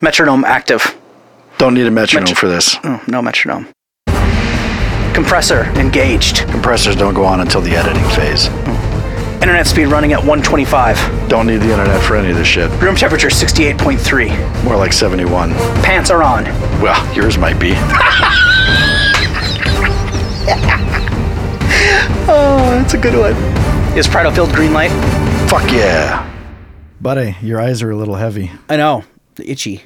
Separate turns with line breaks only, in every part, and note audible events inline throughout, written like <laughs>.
Metronome active.
Don't need a metronome for this.
Oh, no metronome. Compressor engaged.
Compressors don't go on until the editing phase.
Internet speed running at 125.
Don't need the internet for any of this shit.
Room temperature 68.3.
More like 71.
Pants are on.
Well, yours might be.
Oh, that's a good one. Is Prado filled green light?
Fuck yeah. Buddy, your eyes are a little heavy.
I know. The itchy.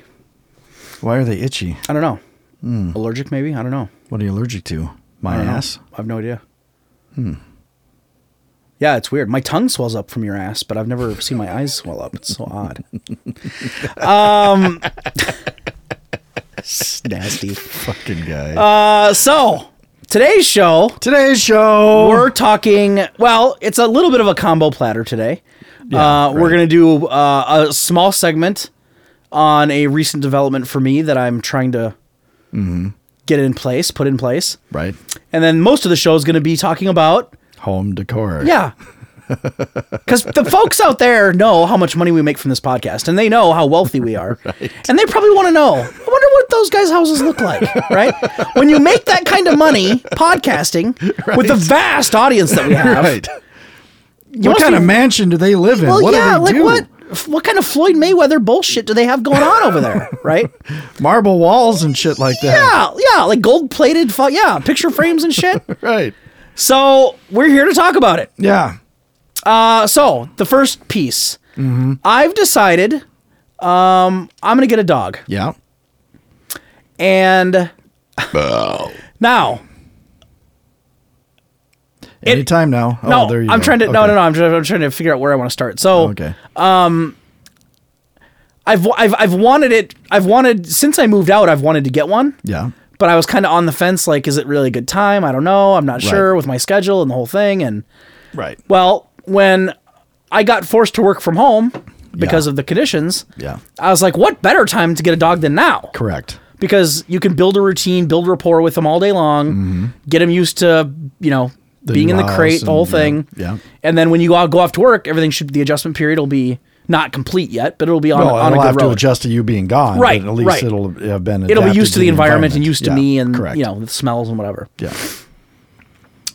Why are they itchy?
I don't know. Allergic maybe? I don't know.
What are you allergic to? My
I don't know.
ass?
I have no idea. Hmm. Yeah, it's weird. My tongue swells up from your ass, but I've never seen my eyes swell up. It's so <laughs> odd. um, it's nasty.
Fucking guy.
Uh, so today's show,
Today's show.
we're talking. Well, it's a little bit of a combo platter today.
Yeah,
uh, We're
right.
gonna do uh, a small segment on a recent development for me that I'm trying to
Mm-hmm.
get in place, put in place.
right.
And then most of the show is going to be talking about,
Home decor.
yeah. Because the folks out there know how much money we make from this podcast and they know how wealthy we
<laughs>
are. And they probably want to know, I wonder what those guys' houses look like, right? when you make that kind of money
<laughs>
podcasting with the vast audience that we have,
<laughs> Right.
you
what
must
kind
be-
of mansion do they live in?
Well,
what
yeah,
do they
like
do?
what? What kind of Floyd Mayweather bullshit do they have going on over
<laughs>
there, right?
Marble walls and shit like that.
yeah, yeah, like gold plated, fu- yeah, picture frames and
<laughs>
shit.
Right.
So we're here to talk about it.
Yeah.
Uh, so the first piece,
Mm-hmm.
I've decided, um, I'm gonna get a dog,
Yeah.
and now,
Anytime now. Oh,
no,
there you
I'm
go.
trying to, no,
Okay.
no, no, I'm, try- I'm trying to figure out where I want to start. So,
Okay.
I've, I've, I've wanted it, I've wanted since I moved out, I've wanted to get one,
Yeah.
but I was kind of on the fence, like, is it really a good time? I don't know, I'm not sure with my schedule and the whole thing, and
Right.
well, when I got forced to work from home because of the conditions,
Yeah.
I was like, what better time to get a dog than now?
Correct.
because you can build a routine, build rapport with them all day long, get them used to you know being
new
in the
house
crate, the whole
Mm-hmm. and, yeah,
thing.
yeah.
And then when you all go off to work, everything should the adjustment period will be not complete yet, but it'll be on,
Well,
Oh, on a
it'll
good
have
road.
to adjust to you being gone.
Right,
But at least
right.
it'll have been.
it'll be
adapted
used to the environment, and used to
Yeah,
me and
correct.
you know the smells and whatever.
Yeah.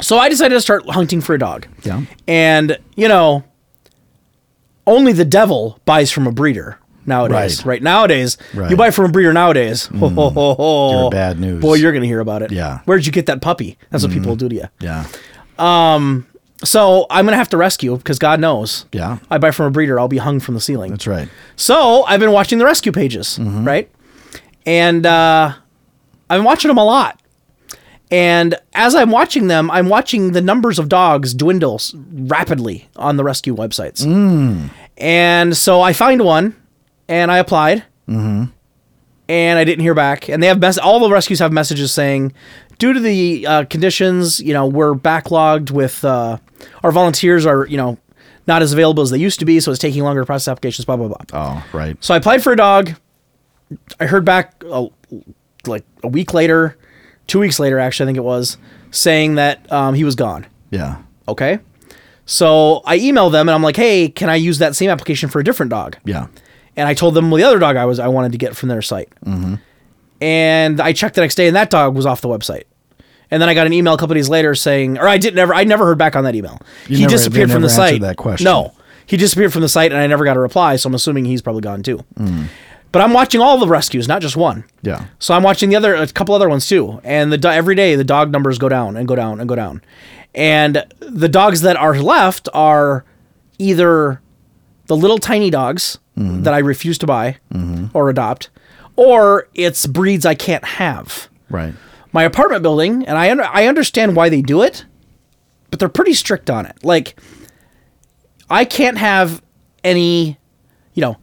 So I decided to start hunting for a dog.
Yeah.
And you know, only the devil buys from a breeder nowadays.
Right.
Right, nowadays,
Right. Mm.
you buy from a breeder nowadays. <laughs> Ho, ho, ho, ho.
You're bad news.
Boy, you're gonna hear about it.
Yeah. Mm.
Where'd you get that puppy? That's what people will do to you.
Yeah.
So I'm gonna have to rescue because God knows.
Yeah.
I buy from a breeder, I'll be hung from the ceiling.
That's right.
So I've been watching the rescue pages, right? And uh, I'm watching them a lot. And as I'm watching them, I'm watching the numbers of dogs dwindle s- rapidly on the rescue websites. And so I find one, and I applied, and I didn't hear back. And they have mess- all the rescues have messages saying, due to the uh, conditions, you know, we're backlogged with uh, our volunteers are, you know, not as available as they used to be, so it's taking longer to process applications. Blah blah blah.
Oh, right.
So I applied for a dog. I heard back uh, like a week later, two weeks later, actually, I think it was, saying that um, he was gone.
Yeah.
Okay. So I emailed them and I'm like, hey, can I use that same application for a different dog?
Yeah.
And I told them the other dog I was I wanted to get from their site.
Mm-hmm.
And I checked the next day and that dog was off the website. And then I got an email a couple days later saying, or I didn't ever, I never heard back on that email. he
never-
disappeared
they
from the
never answered
site.
that question.
No, he disappeared from the site, and I never got a reply. So I'm assuming he's probably gone too. But I'm watching all the rescues, not just one.
Yeah.
So I'm watching the other, a couple other ones too, and the do- every day the dog numbers go down and go down and go down, and the dogs that are left are either the little tiny dogs that I refuse to buy or adopt, or it's breeds I can't have.
Right.
My apartment building, and I un- I understand why they do it, but they're pretty strict on it. Like, I can't have any, you know,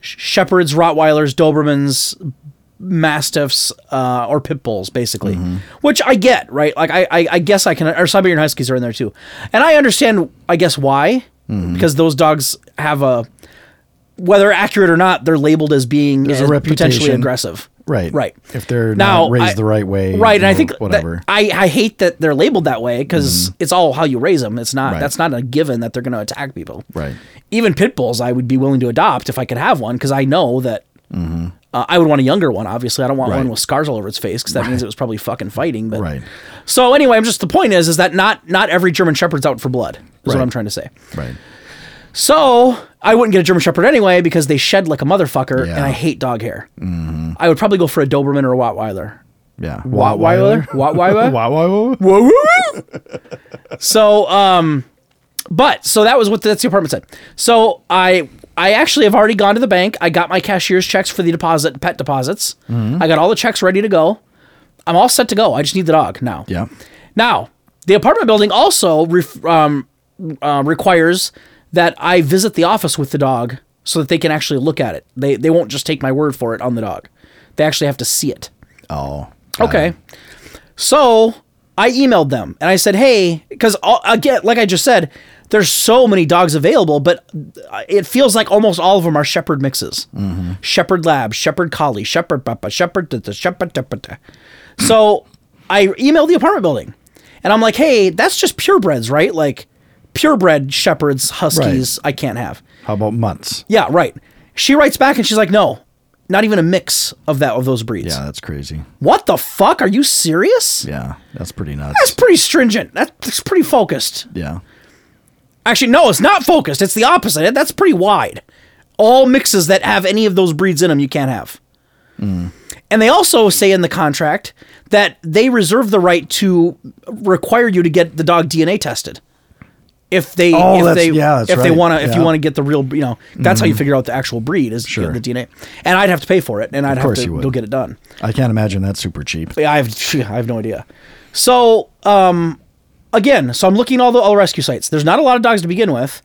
sh- shepherds, Rottweilers, Dobermans, mastiffs uh, or pit bulls basically
Mm-hmm.
which i get right like I, I i guess i can or siberian huskies are in there too and i understand i guess why
Mm-hmm.
because those dogs have a whether accurate or not they're labeled as being
a
as potentially
reputation.
aggressive
Right.
right
If they're
now
not raised
I-
the right way.
right and i
or
think that-
whatever. Mm-hmm.
i i hate that they're labeled that way because it's all how you raise them it's not
Right.
that's not a given that they're going to attack people
Right.
even pit bulls i would be willing to adopt if i could have one because i know that Uh, I would want a younger one, obviously. I don't want
Mm-hmm. Right.
one with scars all over its face because that means it was probably fucking fighting. But
Right.
so anyway, I'm just the point is is that not not every German Shepherd's out for blood. Is
Right.
what I'm trying to say.
Right.
So I wouldn't get a German Shepherd anyway because they shed like a motherfucker,
Yeah.
and
Mm-hmm.
I hate dog hair. I would probably go for a Doberman or a Rottweiler.
Yeah. <laughs>
Rottweiler, Rottweiler,
Wattweiler?
Woo, woo, woo. so um but so that was what that's the apartment said so i i actually have already gone to the bank i got my cashier's checks for the deposit pet deposits i got all the checks ready to go i'm all set to go i just need the dog now
Yeah.
now the apartment building also ref, um, uh, requires that i visit the office with the dog so that they can actually look at it they they won't just take my word for it on the dog they actually have to see it
Oh. got
Okay.
it.
So I emailed them and I said, hey, because again, like I just said, there's so many dogs available, but uh, it feels like almost all of them are Shepherd mixes.
Mm-hmm.
Shepherd Lab, Shepherd Collie, Shepherd Papa, Shepherd da, da, Shepherd da, da, da. So I emailed the apartment building and I'm like, hey, that's just purebreds, right? Like purebred Shepherds, Huskies, I can't have.
How about months?
Yeah, right. She writes back and she's like, no, not even a mix of that of those breeds.
Yeah, that's crazy.
What the fuck? Are you serious?
Yeah, that's pretty
That's
nuts.
pretty stringent. That's, that's pretty focused.
Yeah.
Actually, no, it's not focused. It's the opposite. That's pretty wide. All mixes that have any of those breeds in them, you can't have.
Hmm.
And they also say in the contract that they reserve the right to require you to get the dog DNA tested. If they,
Oh,
if
that's-
they,
yeah, that's
if they
right.
want to, if you
Yeah. Mm-hmm.
want to get the real, you know, that's how you figure out the actual breed is you
Sure.
get the DNA. And I'd have to pay for it, and I'd have
course you
to
would.
go get it done.
I can't imagine that's super cheap.
Yeah, I have <laughs> I have no idea. So um, again, so I'm looking at all the all rescue sites. There's not a lot of dogs to begin with,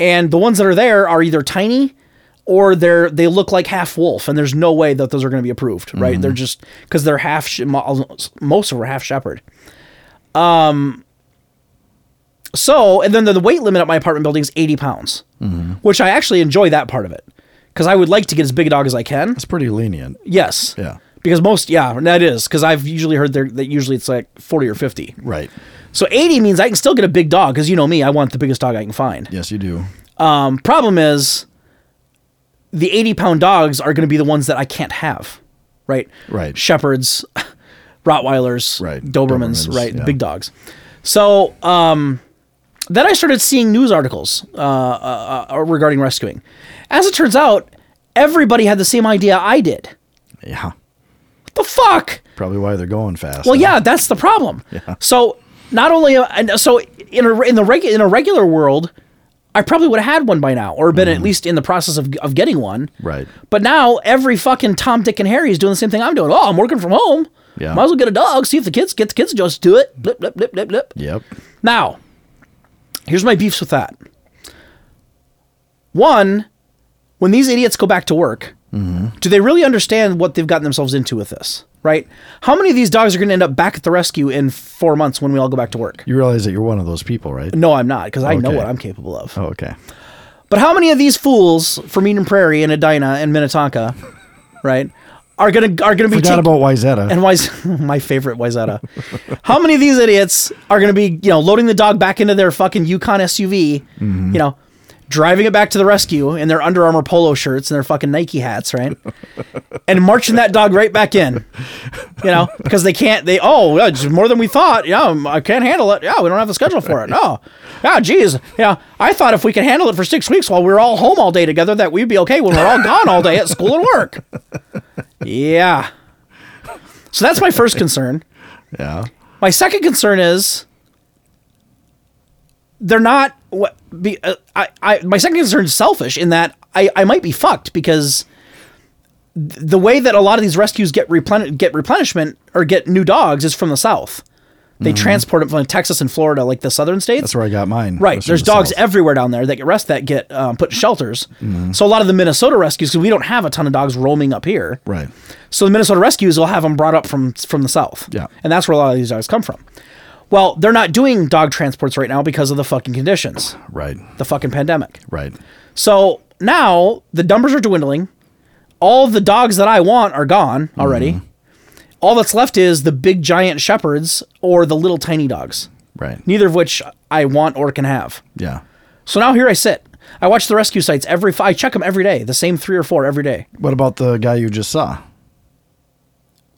and the ones that are there are either tiny or they're they look like half wolf, and there's no way that those are going to be approved, right? They're just because they're half sh- mo- most of them are half shepherd. Um. So and then the, the weight limit at my apartment building is 80 pounds, which I actually enjoy that part of it because I would like to get as big a dog as I can.
It's pretty lenient.
Yes.
Yeah.
Because most, yeah, that is because I've usually heard there that usually it's like forty or fifty.
Right.
So eighty means I can still get a big dog because you know me, I want the biggest dog I can find.
Yes, you do.
Um, problem is, the eighty pound dogs are going to be the ones that I can't have, right?
Right.
Shepherds, <laughs> Rottweilers,
Right.
Dobermans,
Dobermans,
right?
yeah.
Big dogs. So um, then I started seeing news articles uh, uh, uh, regarding rescuing. As it turns out, everybody had the same idea I did.
Yeah.
What the fuck?
Probably why they're going fast.
Well,
huh?
yeah, that's the problem.
Yeah.
So not only uh, and so in a in the regular in a regular world, I probably would have had one by now, or been at least in the process of of getting one.
Mm. Right.
But now every fucking Tom, Dick, and Harry is doing the same thing I'm doing. Oh, I'm working from home.
Yeah.
Might as well get a dog. See if the kids get the kids to just do it. Blip blip blip blip blip.
Yep.
Now, here's my beefs with that. One, when these idiots go back to work,
Mm-hmm.
do they really understand what they've gotten themselves into with this? Right? How many of these dogs are going to end up back at the rescue in four months when we all go back to work?
You realize that you're one of those people, right?
No, I'm not, because I know
Okay.
what I'm capable of.
Oh, okay.
But how many of these fools from Eden Prairie and Edina and Minnetonka, right, are gonna are gonna be
Forgot
taking-
about Wyzetta.
and Wise, <laughs> my favorite Wayzata. How many of these idiots are going to be, you know, loading the dog back into their fucking Yukon SUV, you know, driving it back to the rescue in their Under Armour polo shirts and their fucking Nike hats, right? and marching that dog right back in, you know, because they can't, they, oh, well, it's more than we thought. Yeah, um, I can't handle it. Yeah, we don't have the schedule for it. No. Yeah, geez. Yeah, I thought if we could handle it for six weeks while we were all home all day together, that we'd be okay when we're all gone all day at school and work. Yeah. So that's my first concern.
yeah.
My second concern is they're not what be, uh, I, I my second concern is selfish in that I, I might be fucked because th- the way that a lot of these rescues get replen- get replenishment or get new dogs is from the south. They transport them from Texas and Florida, like the southern states.
Mm-hmm. That's where I got mine.
Right.
was from
There's
the
dogs
South. Mm-hmm.
everywhere down there that get rest that get um, put in shelters. So a lot of the Minnesota rescues, because we don't have a ton of dogs roaming up here.
Right.
So the Minnesota Rescues will have them brought up from from the south.
Yeah.
And that's where a lot of these dogs come from. Well, they're not doing dog transports right now because of the fucking conditions,
Right.
the fucking pandemic.
Right.
So now the numbers are dwindling. All the dogs that I want are gone already. All that's left is the big giant shepherds or the little tiny dogs,
Right.
neither of which I want or can have.
Yeah.
So now here I sit. I watch the rescue sites every. fi- I check them every day. The same three or four every day.
What about the guy you just saw?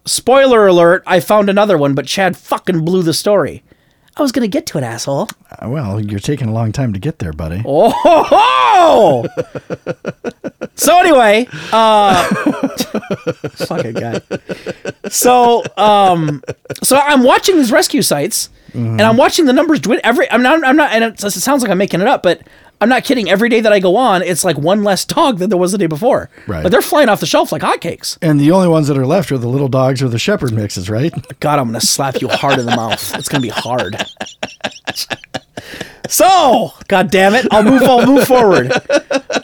Spoiler alert! I found another one, but Chad fucking blew the story. I was gonna get to it, asshole.
Uh, Well, you're taking a long time to get there, buddy.
Oh ho, ho! Oh! <laughs> so anyway, uh, <laughs> fucking guy. So um, so I'm watching these rescue sites, and I'm watching the numbers. dwind- Every I'm not I'm not, and it, it sounds like I'm making it up, but I'm not kidding. Every day that I go on, it's like one less dog than there was the day before.
Right.
But they're flying off the shelf like hotcakes.
And the only ones that are left are the little dogs or the shepherd
<laughs>
mixes, right?
God, I'm gonna slap you hard in the mouth. It's gonna be hard. So, god damn it, I'll move. I'll move forward.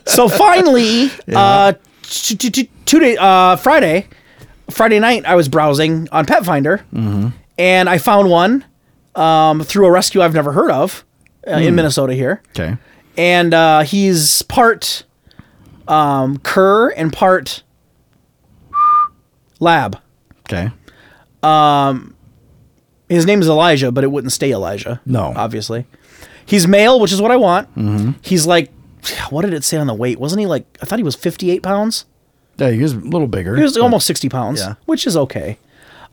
So finally, uh, t- t- t- two day, uh, Friday, Friday night, I was browsing on Pet Finder, and I found one um, through a rescue I've never heard of uh, in Minnesota here,
Okay.
and uh, he's part um, cur and part lab.
Okay.
His name is Elijah, but it wouldn't stay Elijah.
No. Mm-hmm.
Obviously. He's male, which is what I want. He's like, <sighs> what did it say on the weight? Wasn't he like, I thought he was 58 pounds?
Yeah, he was a little bigger.
He was almost 60 pounds,
Yeah.
which is okay.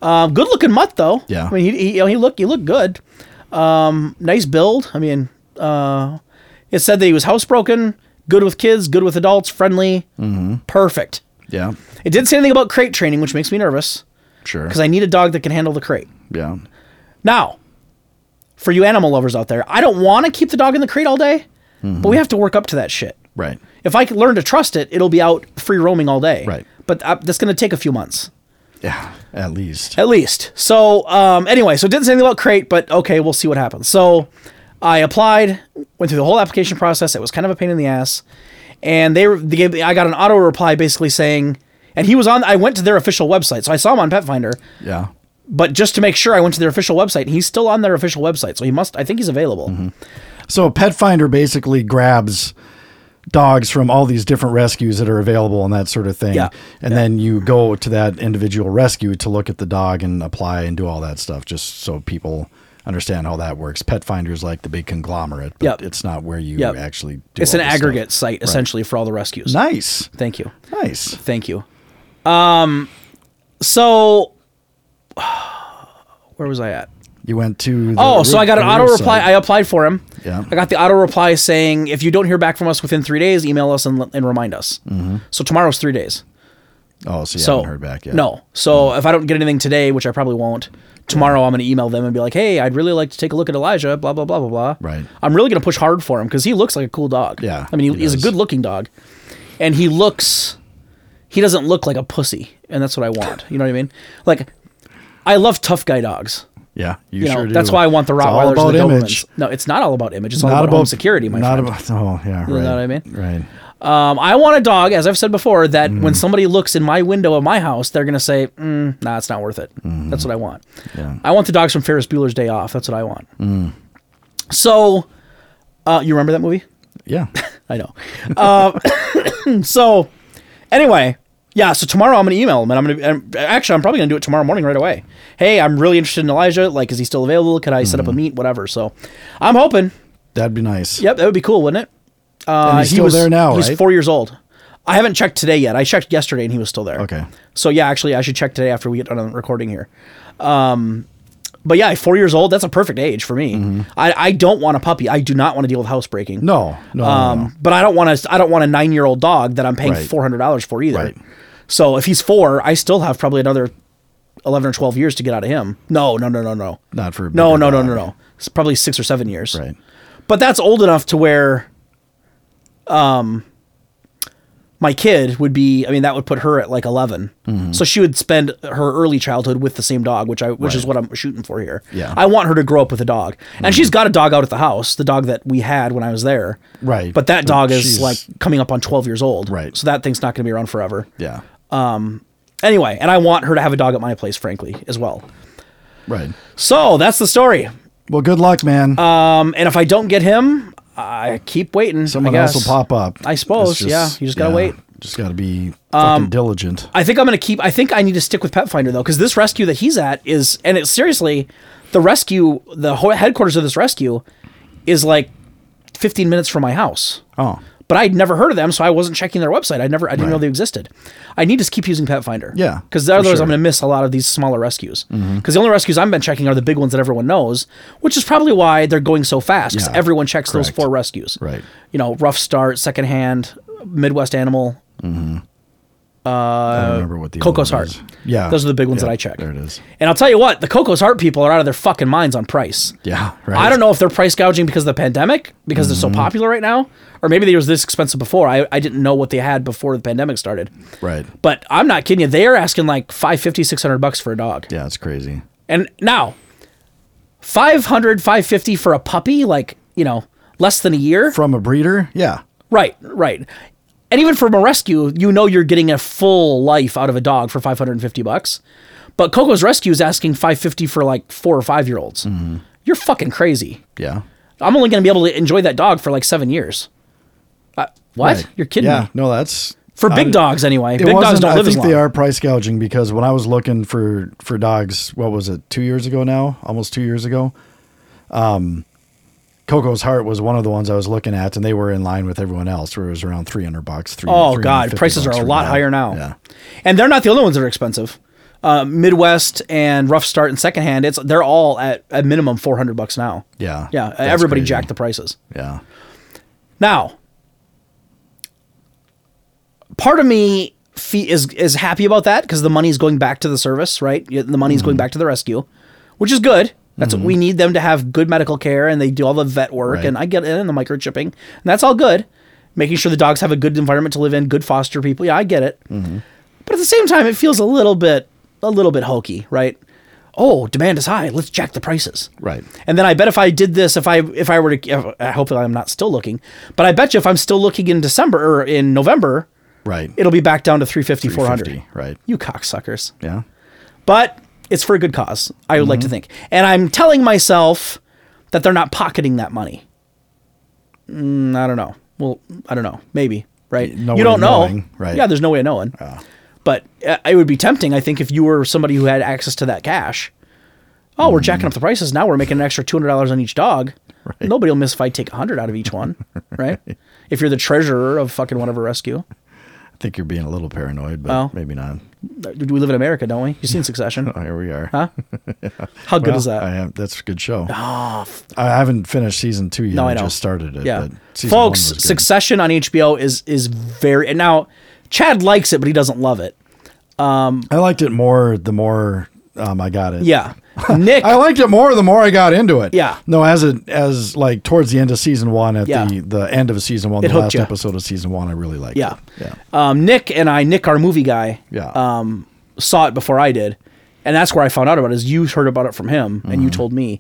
Um, good looking mutt, though.
Yeah.
I mean, he, he, you know, he looked he looked good. Um, nice build. I mean, uh, it said that he was housebroken, good with kids, good with adults, friendly,
Mm-hmm.
perfect.
Yeah.
It didn't say anything about crate training, which makes me nervous
Sure.
because I need a dog that can handle the crate.
yeah.
Now, for you animal lovers out there, I don't want to keep the dog in the crate all day, but we have to work up to that shit.
Right.
If I can learn to trust it, it'll be out free roaming all day.
Right.
But uh, that's going to take a few months
Yeah. At least.
at least. So um, anyway, so it didn't say anything about crate, but okay, we'll see what happens. So I applied, went through the whole application process. It was kind of a pain in the ass, and they, were- they gave I got an auto reply basically saying, and he was on. I went to their official website, so I saw him on Pet Finder
Yeah.
but just to make sure, I went to their official website, and he's still on their official website, so he must. I think he's available.
Mm-hmm. So Pet Finder basically grabs dogs from all these different rescues that are available and that sort of thing.
Yeah.
And then you go to that individual rescue to look at the dog and apply and do all that stuff just so people understand how that works. Pet Finder is like the big conglomerate, but
Yep.
it's not where you
Yep.
actually do
It's
all
an
this stuff.
aggregate site essentially for all the rescues.
Nice.
Thank you,
Nice.
thank you. Um, so <sighs> where was I at?
You went to the
Oh, so I got an
the
auto
real
reply.
site.
I applied for him.
Yeah.
I got the auto reply saying, if you don't hear back from us within three days, email us and, and remind us.
Mm-hmm.
So tomorrow's three days.
oh, so you
so
haven't heard back yet. Hmm.
No. So if I don't get anything today, which I probably won't, tomorrow I'm going to email them and be like, "Hey, I'd really like to take a look at Elijah." Blah blah blah blah blah.
Right.
I'm really going to push hard for him because he looks like a cool dog.
Yeah,
I mean, he,
he
he's a
does.
good-looking dog, and he looks. He doesn't look like a pussy, and that's what I want. You know what I mean? Like, I love tough guy dogs.
Yeah. You,
You
sure
know,
do.
that's why I want the
It's all
Rottweilers and the
about
Dobermans.
image.
No, it's not all about image. It's all about, home security, my
not
friend.
about oh yeah, right.
know what I mean?
Right.
Um, I want a dog, as I've said before, that when somebody looks in my window of my house, they're gonna say, mm, "Nah, it's not worth it." That's what I want.
Yeah.
I want the dogs from Ferris Bueller's Day Off. That's what I want. So, uh, you remember that movie?
Yeah.
I know. Um, <coughs> so, anyway, yeah. So tomorrow I'm gonna email him, and I'm gonna I'm, actually I'm probably gonna do it tomorrow morning right away. Hey, I'm really interested in Elijah. Like, is he still available? Could I set up a meet? Whatever. So, I'm hoping.
That'd be nice.
Yep, that would be cool, wouldn't it? Uh,
he's still there now,
He's
right?
four years old. I haven't checked today yet. I checked yesterday and he was still there.
Okay.
So yeah, actually, I should check today after we get done recording here. Um, but yeah, four years old. That's a perfect age for me. I, I don't want a puppy. I do not want to deal with housebreaking.
Mm-hmm. No. No.
Um,
no, no.
but I don't want to. I don't want a nine year old dog that I'm paying
Right.
four hundred dollars for either.
Right.
So if he's four, I still have probably another eleven or twelve years to get out of him. No, no, no, no, no.
Not for a
no,
bigger
no, no,
dog.
no, no. It's probably six or seven years
Right.
but that's old enough to where um my kid would be i mean that would put her at like 11
Mm-hmm.
so she would spend her early childhood with the same dog which i which is
Right.
what i'm shooting for here
Yeah. Mm-hmm.
i want her to grow up with a dog and she's got a dog out at the house the dog that we had when i was there
Right.
but that
But
dog is
she's-
like coming up on 12 years old
Right.
so that thing's not going to be around forever
Yeah.
anyway and i want her to have a dog at my place frankly as well
Right.
so that's the story
Well, good luck, man.
um and if i don't get him i keep waiting
Someone
I guess.
else will pop up.
I suppose,
It's
yeah. You just gotta wait. Um,
Just gotta be fucking diligent.
I think I'm going to keep. I think I need to stick with Pet Finder though, because this rescue that he's at is, and it's seriously, the rescue, the ho- headquarters of this rescue, is like 15 minutes from my house.
Oh.
but I'd never heard of them, so I wasn't checking their website. I never, I didn't know they
Right.
existed. I need to keep using Pet Finder.
Yeah,
because
for
otherwise
sure. Mm-hmm.
I'm going to miss a lot of these smaller rescues. Because the only rescues I've been checking are the big ones that everyone knows, which is probably why they're going so fast. Because
Yeah,
everyone checks those
correct.
four rescues.
Right.
You know, rough start, secondhand, Midwest animal,
I don't remember what the
uh, Coco's
other one
Heart.
is. Yeah,
Those are the big ones
Yeah,
that I check.
There it is.
And I'll tell you what, the Coco's Heart people are out of their fucking minds on price.
Yeah, right. Mm-hmm.
I don't know if they're price gouging because of the pandemic, because they're so popular right now, or maybe they was this expensive before. I, I didn't know what they had before the pandemic started.
Right.
But I'm not kidding you. They are asking like 550, 600 bucks for a dog.
Yeah, it's crazy.
And now 500, 550 for a puppy, like, you know, less than a year.
From a breeder, yeah,
Right, right. And even from a rescue, you know you're getting a full life out of a dog for 550 bucks. But Coco's Rescue is asking 550 for like 4 or 5 year olds.
Mm-hmm.
You're fucking crazy.
yeah.
I'm only going to be able to enjoy that dog for like 7 years. Uh, what?
Right.
You're kidding
Yeah,
me.
no, that's
For big
I-
dogs anyway.
It
Big dogs
wasn't.
don't
I
live as
think
long.
they are price gouging because when I was looking for for dogs, what was it, two years ago now, almost two years ago, um, Coco's Heart was one of the ones I was looking at, and they were in line with everyone else, where it was around three hundred bucks. Three,
Oh
350
God, prices are
bucks
a
for
lot
that.
higher now.
Yeah,
and they're not the only ones that are expensive. Uh, Midwest and Rough Start and Secondhand, it's they're all at a minimum four hundred bucks now.
yeah,
yeah.
That's
Everybody
crazy.
jacked the prices.
Yeah,
Now, part of me fe- is is happy about that because the money's going back to the service, right? Y- The money's going back to the rescue, which is good. That's what we need them to have good medical care and they do all the vet work
Right.
and I get it and the microchipping. And that's all good. Making sure the dogs have a good environment to live in, good foster people. Yeah, I get it. But at the same time, it feels a little bit a little bit hokey, right? Oh, demand is high. Let's jack the prices.
right.
And then I bet if I did this, if I if I were to, if, I hope that I'm not still looking, but I bet you if I'm still looking in December or in November,
Right.
it'll be back down to 350, 400.
350, right.
You cocksuckers.
Yeah.
But it's for a good cause, I would like
Mm-hmm.
to think. And I'm telling myself that they're not pocketing that money. Mm, I don't know. Well, I don't know. Maybe, right?
No
you
way
don't
of
know.
knowing, right. Ah.
Yeah, there's no way of knowing. But uh, it would be tempting, I think, if you were somebody who had access to that cash. Oh, we're
Mm.
jacking up the prices. Now we're making an extra $200 on each dog. Nobody will miss if I take 100 out of each
<laughs>
one, right? If you're the treasurer of fucking one of a rescue.
I think you're being a little paranoid, but
Well.
maybe not.
We live in America, don't we? You've seen
<laughs>
Succession.
Oh, here we are.
Huh? How good
Well,
is that? Ah,
I am, that's a good show. I haven't finished season two yet.
No, I
I,
know.
just started it.
Yeah,
but season
folks,
one was good.
Succession on HBO is is very and now Chad likes it, but he doesn't love it.
I liked it more the more um, I got it.
Yeah, Nick.
<laughs> I liked it more the more I got into it.
Yeah.
No, as it as like towards the end of season one, at
Yeah.
the the end of season one,
It
the
hooked
last
ya.
episode of season one, I really liked.
yeah,
It. Yeah.
Um, Nick and I, Nick, our movie guy,
Yeah.
um, saw it before I did, and that's where I found out about it. Is you heard about it from him, and you
Mm-hmm.
told me.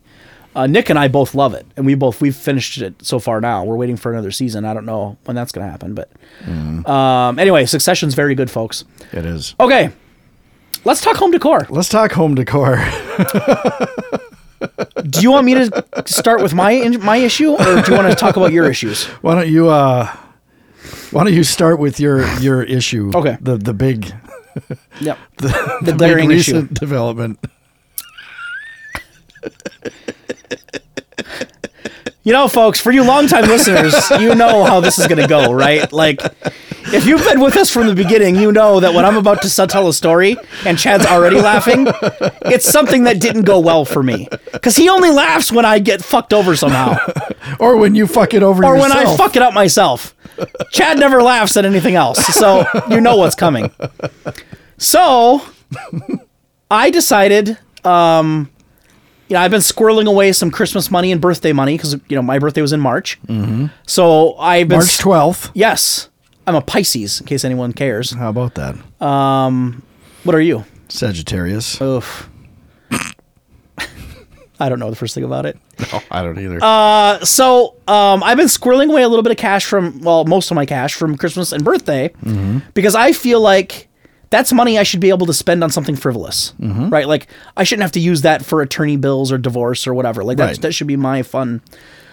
Uh, Nick and I both love it, and we both we've finished it so far. Now we're waiting for another season. I don't know when that's going to happen, but
Mm-hmm.
um, anyway, Succession's very good, folks.
It is.
Okay, let's talk home decor.
Let's talk home decor. <laughs>
do you want me to start with my my issue, or do you want to talk about your issues?
why don't you uh why don't you start with your your issue?
Okay.
The the big
Yep.
the,
The
big
glaring issue.
recent development.
You know, folks, for you longtime listeners, you know how this is going to go, right? Like, if you've been with us from the beginning, you know that when I'm about to s- tell a story and Chad's already laughing, it's something that didn't go well for me because he only laughs when I get fucked over somehow,
Or when you fuck it over
or when
yourself.
I fuck it up myself. Chad never laughs at anything else, so you know what's coming. So, I decided um, you know, I've been squirreling away some Christmas money and birthday money because you know my birthday was in March. Mm-hmm. So I've been
March twelfth.
yes, I'm a Pisces. In case anyone cares,
How about that?
what are you? <laughs>
Sagittarius.
Oof. I don't know the first thing about it.
No, I don't either.
So um, I've been squirreling away a little bit of cash from well, most of my cash from Christmas and birthday because I feel like that's money I should be able to spend on something frivolous, right? Like I shouldn't have to use that for attorney bills or divorce or whatever. Like that,
Right.
that should be my fun.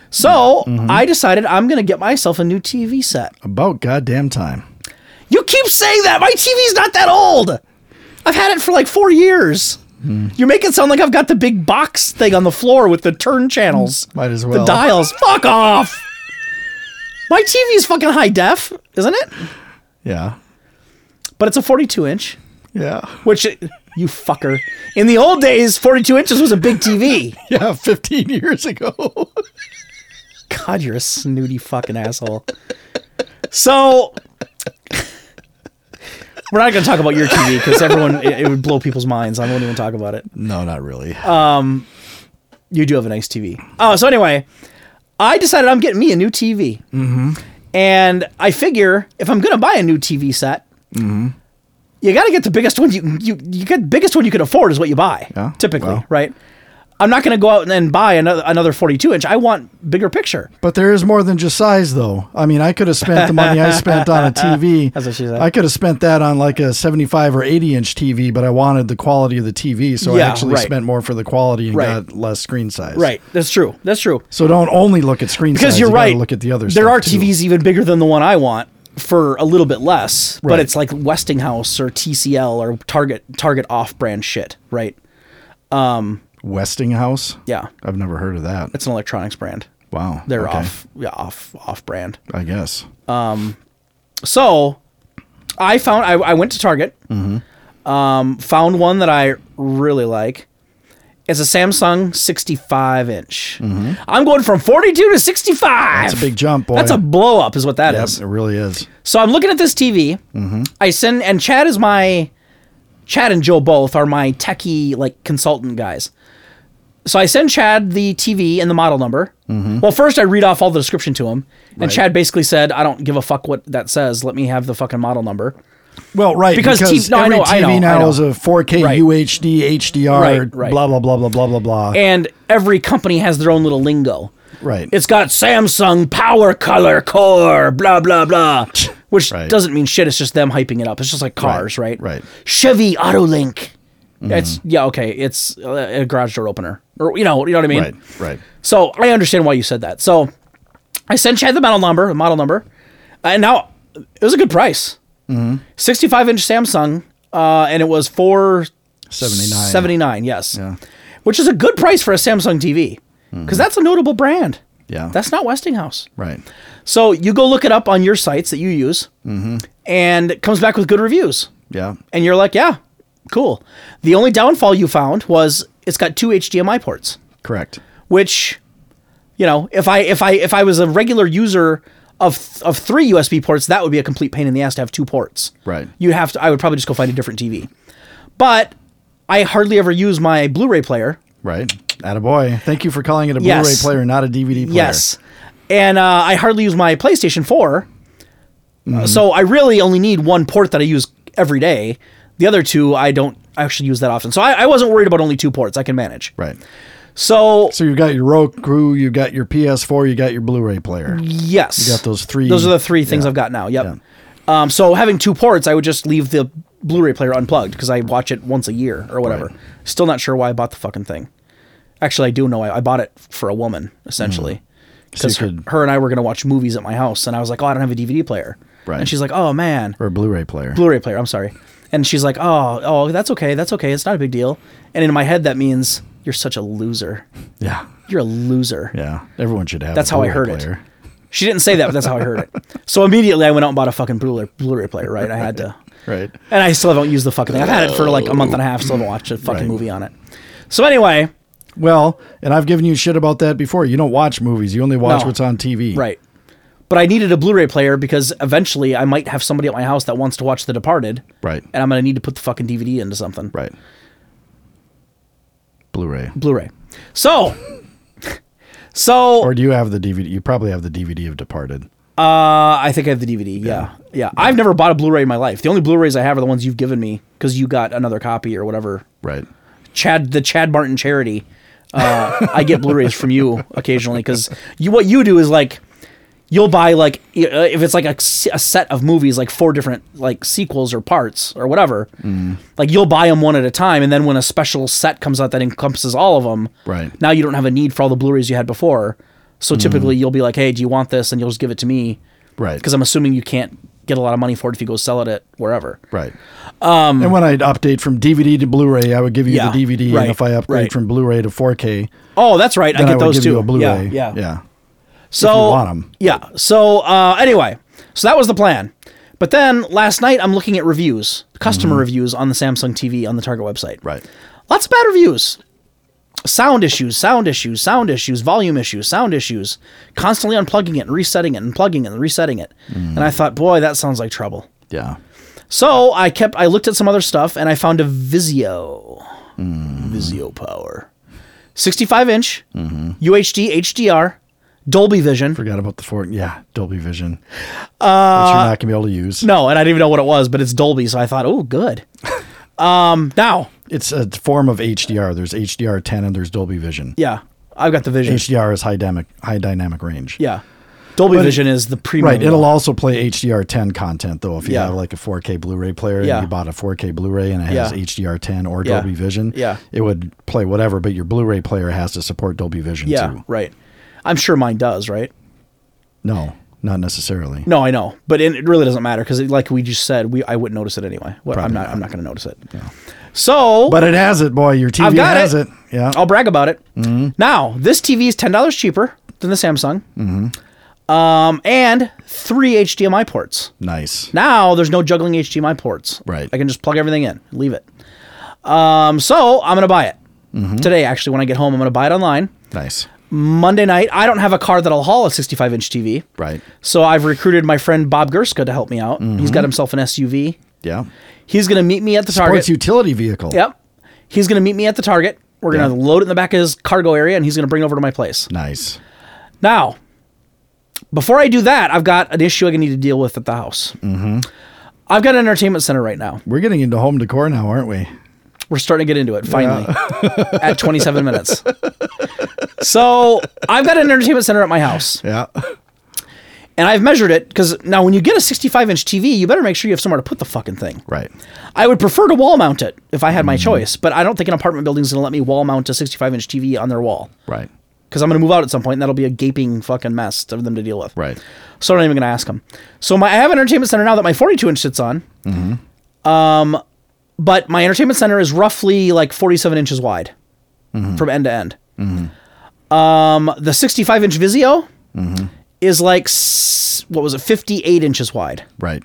So I decided I'm gonna get myself a new TV set.
about goddamn time.
You keep saying that my TV's not that old. I've had it for like four years. You make it sound like I've got the big box thing on the floor with the turn channels.
Might as well.
The dials. Fuck off. My TV is fucking high def, isn't it?
Yeah.
But it's a 42 inch,
Yeah.
which you fucker. In the old days, 42 inches was a big TV. <laughs>
Yeah, 15 years ago.
God, you're a snooty fucking asshole. So we're not going to talk about your TV because everyone it, it would blow people's minds. I won't even talk about it.
no, not really.
Uh, You do have a nice TV. Oh, so anyway, I decided I'm getting me a new TV, mm-hmm. and I figure if I'm going to buy a new TV set,
Mm-hmm.
you got to get the biggest one you you you get the biggest one you can afford is what you buy.
Yeah,
Typically,
well.
right? I'm not going to go out and, and buy another another 42 inch. I want bigger picture.
But there is more than just size, though. I mean, I could have spent the money I
<laughs>
spent on a TV.
That's what she said.
I could have spent that on like a 75 or 80 inch TV, but I wanted the quality of the TV, so
Yeah,
I actually
right.
spent more for the quality and
Right.
got less screen size.
Right. That's true. That's true.
So don't only look at screen
because
size.
you're
you gotta
right.
Look at the other.
There
stuff,
are
too.
TVs even bigger than the one I want for a little bit less, but
Right.
it's like Westinghouse or TCL or Target Target off-brand shit, right?
Westinghouse.
Yeah,
I've never heard of that.
it's an electronics brand.
wow.
They're
okay.
off, yeah, off off-brand.
I guess.
So, I found I, I went to Target,
Mm-hmm.
um, found one that I really like. It's a Samsung 65 inch. I'm going from 42 to 65.
Mm-hmm. That's a big jump, boy.
That's a blow up, is what that is.
Yep, it really is.
So I'm looking at this TV. I send and Chad is my Chad and Joe both are my techie like consultant guys. So I send Chad the TV and the model number. Well, first I read off all the description to him, and
Right.
Chad basically said, "I don't give a fuck what that says. Let me have the fucking model number."
Well, right.
Because T- no, I
every
know,
TV
I know, I
now
know.
is a 4K
Right.
UHD, HDR,
Right, right.
blah blah blah blah blah blah blah.
And every company has their own little lingo.
right.
It's got Samsung Power Color Core, blah blah blah, which
Right.
doesn't mean shit. It's just them hyping it up. It's just like cars, right?
right. Mm-hmm.
Chevy AutoLink. It's yeah, okay. It's uh, a garage door opener, or you know, you know what I mean.
right. Right.
So I understand why you said that. So I sent Chad the model number, the model number, and now it was a good price.
Mm-hmm.
Sixty-five inch Samsung, uh, and it was four
79.
Seventy-nine, yes. Which is a good price for a Samsung TV
Mm-hmm.
because that's a notable brand.
Yeah.
That's not Westinghouse.
Right.
So you go look it up on your sites that you use, and it comes back with good reviews.
Yeah.
And you're like, yeah, cool. The only downfall you found was it's got two HDMI ports,
Correct.
which, you know, if I if I if I was a regular user of th- of three USB ports, that would be a complete pain in the ass to have two ports.
Right.
You'd have to. I would probably just go find a different TV. But I hardly ever use my Blu-ray player
Right. Attaboy. Thank you for calling it a
Yes.
Blu-ray player, not a DVD player.
Yes. And uh, I hardly use my PlayStation 4.
Mm-hmm.
Uh, So I really only need one port that I use every day. The other two, I don't actually use that often. So I, I wasn't worried about only two ports. I can manage.
Right.
So,
So you've got your Roku, you've got your PS4, you got your Blu-ray player.
Mm. yes.
got those three-
Those are the three things
yeah.
I've got now. Yep. Um, so having two ports, I would just leave the Blu ray player unplugged because I watch it once a year or whatever.
Right.
Still not sure why I bought the fucking thing. Actually, I do know. I, I bought it for a woman, essentially.
Mm. So you
because her,
could-
her and I were going to watch movies at my house, and I was like, "Oh, I don't have a DVD player,"
Right.
and she's like, "Oh man,
or a Blu-ray player.
Blu-ray player." I'm sorry, and she's like, "Oh, oh, that's okay, that's okay, it's not a big deal." And in my head, that means you're such a loser.
yeah.
You're a loser.
Yeah. Everyone should have.
That's
a
how I
Blu-ray
heard it.
player.
She didn't say that, but that's how I heard it. So immediately, I went out and bought a fucking Blu-ray Blu-ray player. Right, I had to,
Right.
and I still haven't used the fucking thing. I've had it for like a month and a half. Still haven't watched a fucking
Right.
movie on it. So anyway,
Well, and I've given you shit about that before. You don't watch movies. You only watch
No.
what's on TV.
Right. But I needed a Blu-ray player because eventually I might have somebody at my house that wants to watch The Departed.
Right.
And I'm gonna need to put the fucking DVD into something.
Right. Blu-ray.
Blu-ray. So. So
Or do you have the DVD? You probably have the DVD of Departed.
uh, I think I have the DVD. Yeah. yeah, I've never bought a Blu-ray in my life. The only Blu-rays I have are the ones you've given me because you got another copy or whatever.
Right.
Chad, the Chad Martin charity. Uh, I get Blu-rays from you occasionally because you what you do is like you'll buy like i- uh, if it's like a, s- a set of movies like four different like sequels or parts or whatever
Mm.
like you'll buy them one at a time and then when a special set comes out that encompasses all of them
Right. Mm.
now you don't have a need for all the blu-rays you had before so typically you'll be like hey do you want this and you'll just give it to me
Right.
because i'm assuming you can't get a lot of money for it if you go sell it at wherever
Right. Um, and when I'd update from DVD to Blu-ray, I would give you
Yeah,
the DVD.
right,
And if I upgrade
right.
from Blu-ray to 4K,
oh that's right i
then I,
get
would
those
give
too
you a Blu-ray.
yeah, yeah
Yeah.
So
want 'em.
yeah. So uh, anyway, so that was the plan. But then last night I'm looking at reviews, customer reviews on the Samsung TV on the Target website.
Mm-hmm. Right.
Lots of bad reviews. Sound issues, sound issues, sound issues, volume issues, sound issues. Constantly unplugging it and resetting it and plugging it and resetting it. And
Mm.
I thought, boy, that sounds like trouble.
Yeah.
So I kept I looked at some other stuff and I found a Vizio.
Mm-hmm.
Vizio Power. 65 inch UHD HDR Dolby Vision.
Forgot about the Fort. Yeah, Dolby Vision. Uh, which you're not gonna be able to use.
No, and I didn't even know what it was, but it's Dolby, so I thought, oh,
<laughs>
good. um, now,
It's a form of HDR. There's HDR 10 and there's Dolby Vision.
yeah, I've got the Vision.
HDR is high dynamic high dynamic range.
yeah, Dolby
it-
Vision is the premium.
Right. It'll also play HDR 10 content though. If you
Yeah.
have like a 4K Blu-ray player
Yeah.
and you bought a 4K Blu-ray and it has
Yeah.
HDR 10 or
Yeah.
Dolby Vision,
Yeah.
it would play whatever. But your Blu-ray player has to support Dolby Vision
yeah,
too.
right. I'm sure mine does, right?
No, not necessarily.
No, I know, but it, it really doesn't matter because, like we just said, we I wouldn't notice it anyway. Well, I'm
Probably
not. I'm not going to notice it. So,
But it has it, boy. Your TV
I've got
has
it.
it. Yeah.
I'll brag about it.
Mm-hmm.
Now, this TV is ten dollars cheaper than the Samsung,
Mm-hmm.
um, and three HDMI ports.
Nice.
Now there's no juggling HDMI ports.
Right.
I can just plug everything in, leave it. Um, so I'm gonna buy it
Mm-hmm.
today. Actually, when I get home, I'm gonna buy it online
Nice.
Monday night. I don't have a car that'll haul a 65 inch TV.
Right.
So I've recruited my friend Bob Gerska to help me out.
Mm-hmm.
He's got himself an SUV.
Yeah.
He's gonna meet me at the
Or
Target.
it's utility vehicle.
Yep. He's gonna meet me at the Target. We're gonna
Yeah.
load it in the back of his cargo area, and he's gonna bring it over to my place.
Nice.
Now, before I do that, I've got an issue I need to deal with at the house. Mm-hmm. I've got an entertainment center right now.
We're getting into home decor now, aren't we?
We're starting to get into it finally at 27 minutes. So I've got an entertainment center at my house,
Yeah. <laughs>
and I've measured it because now when you get a 65 inch TV, you better make sure you have somewhere to put the fucking thing.
Right.
I would prefer to wall mount it if I had my choice, but I don't think an apartment building's going to let me wall mount a 65 inch TV on their wall
Right.
because I'm going to move out at some point, and that'll be a gaping fucking mess for them to deal with.
Right.
So I'm not even going to ask them. So my I have an entertainment center now that my 42 inch sits on. Um,
Mm-hmm.
but my entertainment center is roughly like 47 inches wide
Mm-hmm.
from end to end. Um, the 65 inch Vizio
Mm-hmm.
is like s- what was it, 58 inches wide.
Right.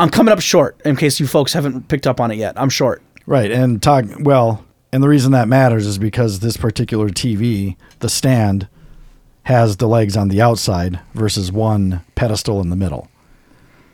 I'm coming up short in case you folks haven't picked up on it yet. I'm short.
Right. And talk well, and the reason that matters is because this particular TV, the stand, has the legs on the outside versus one pedestal in the middle.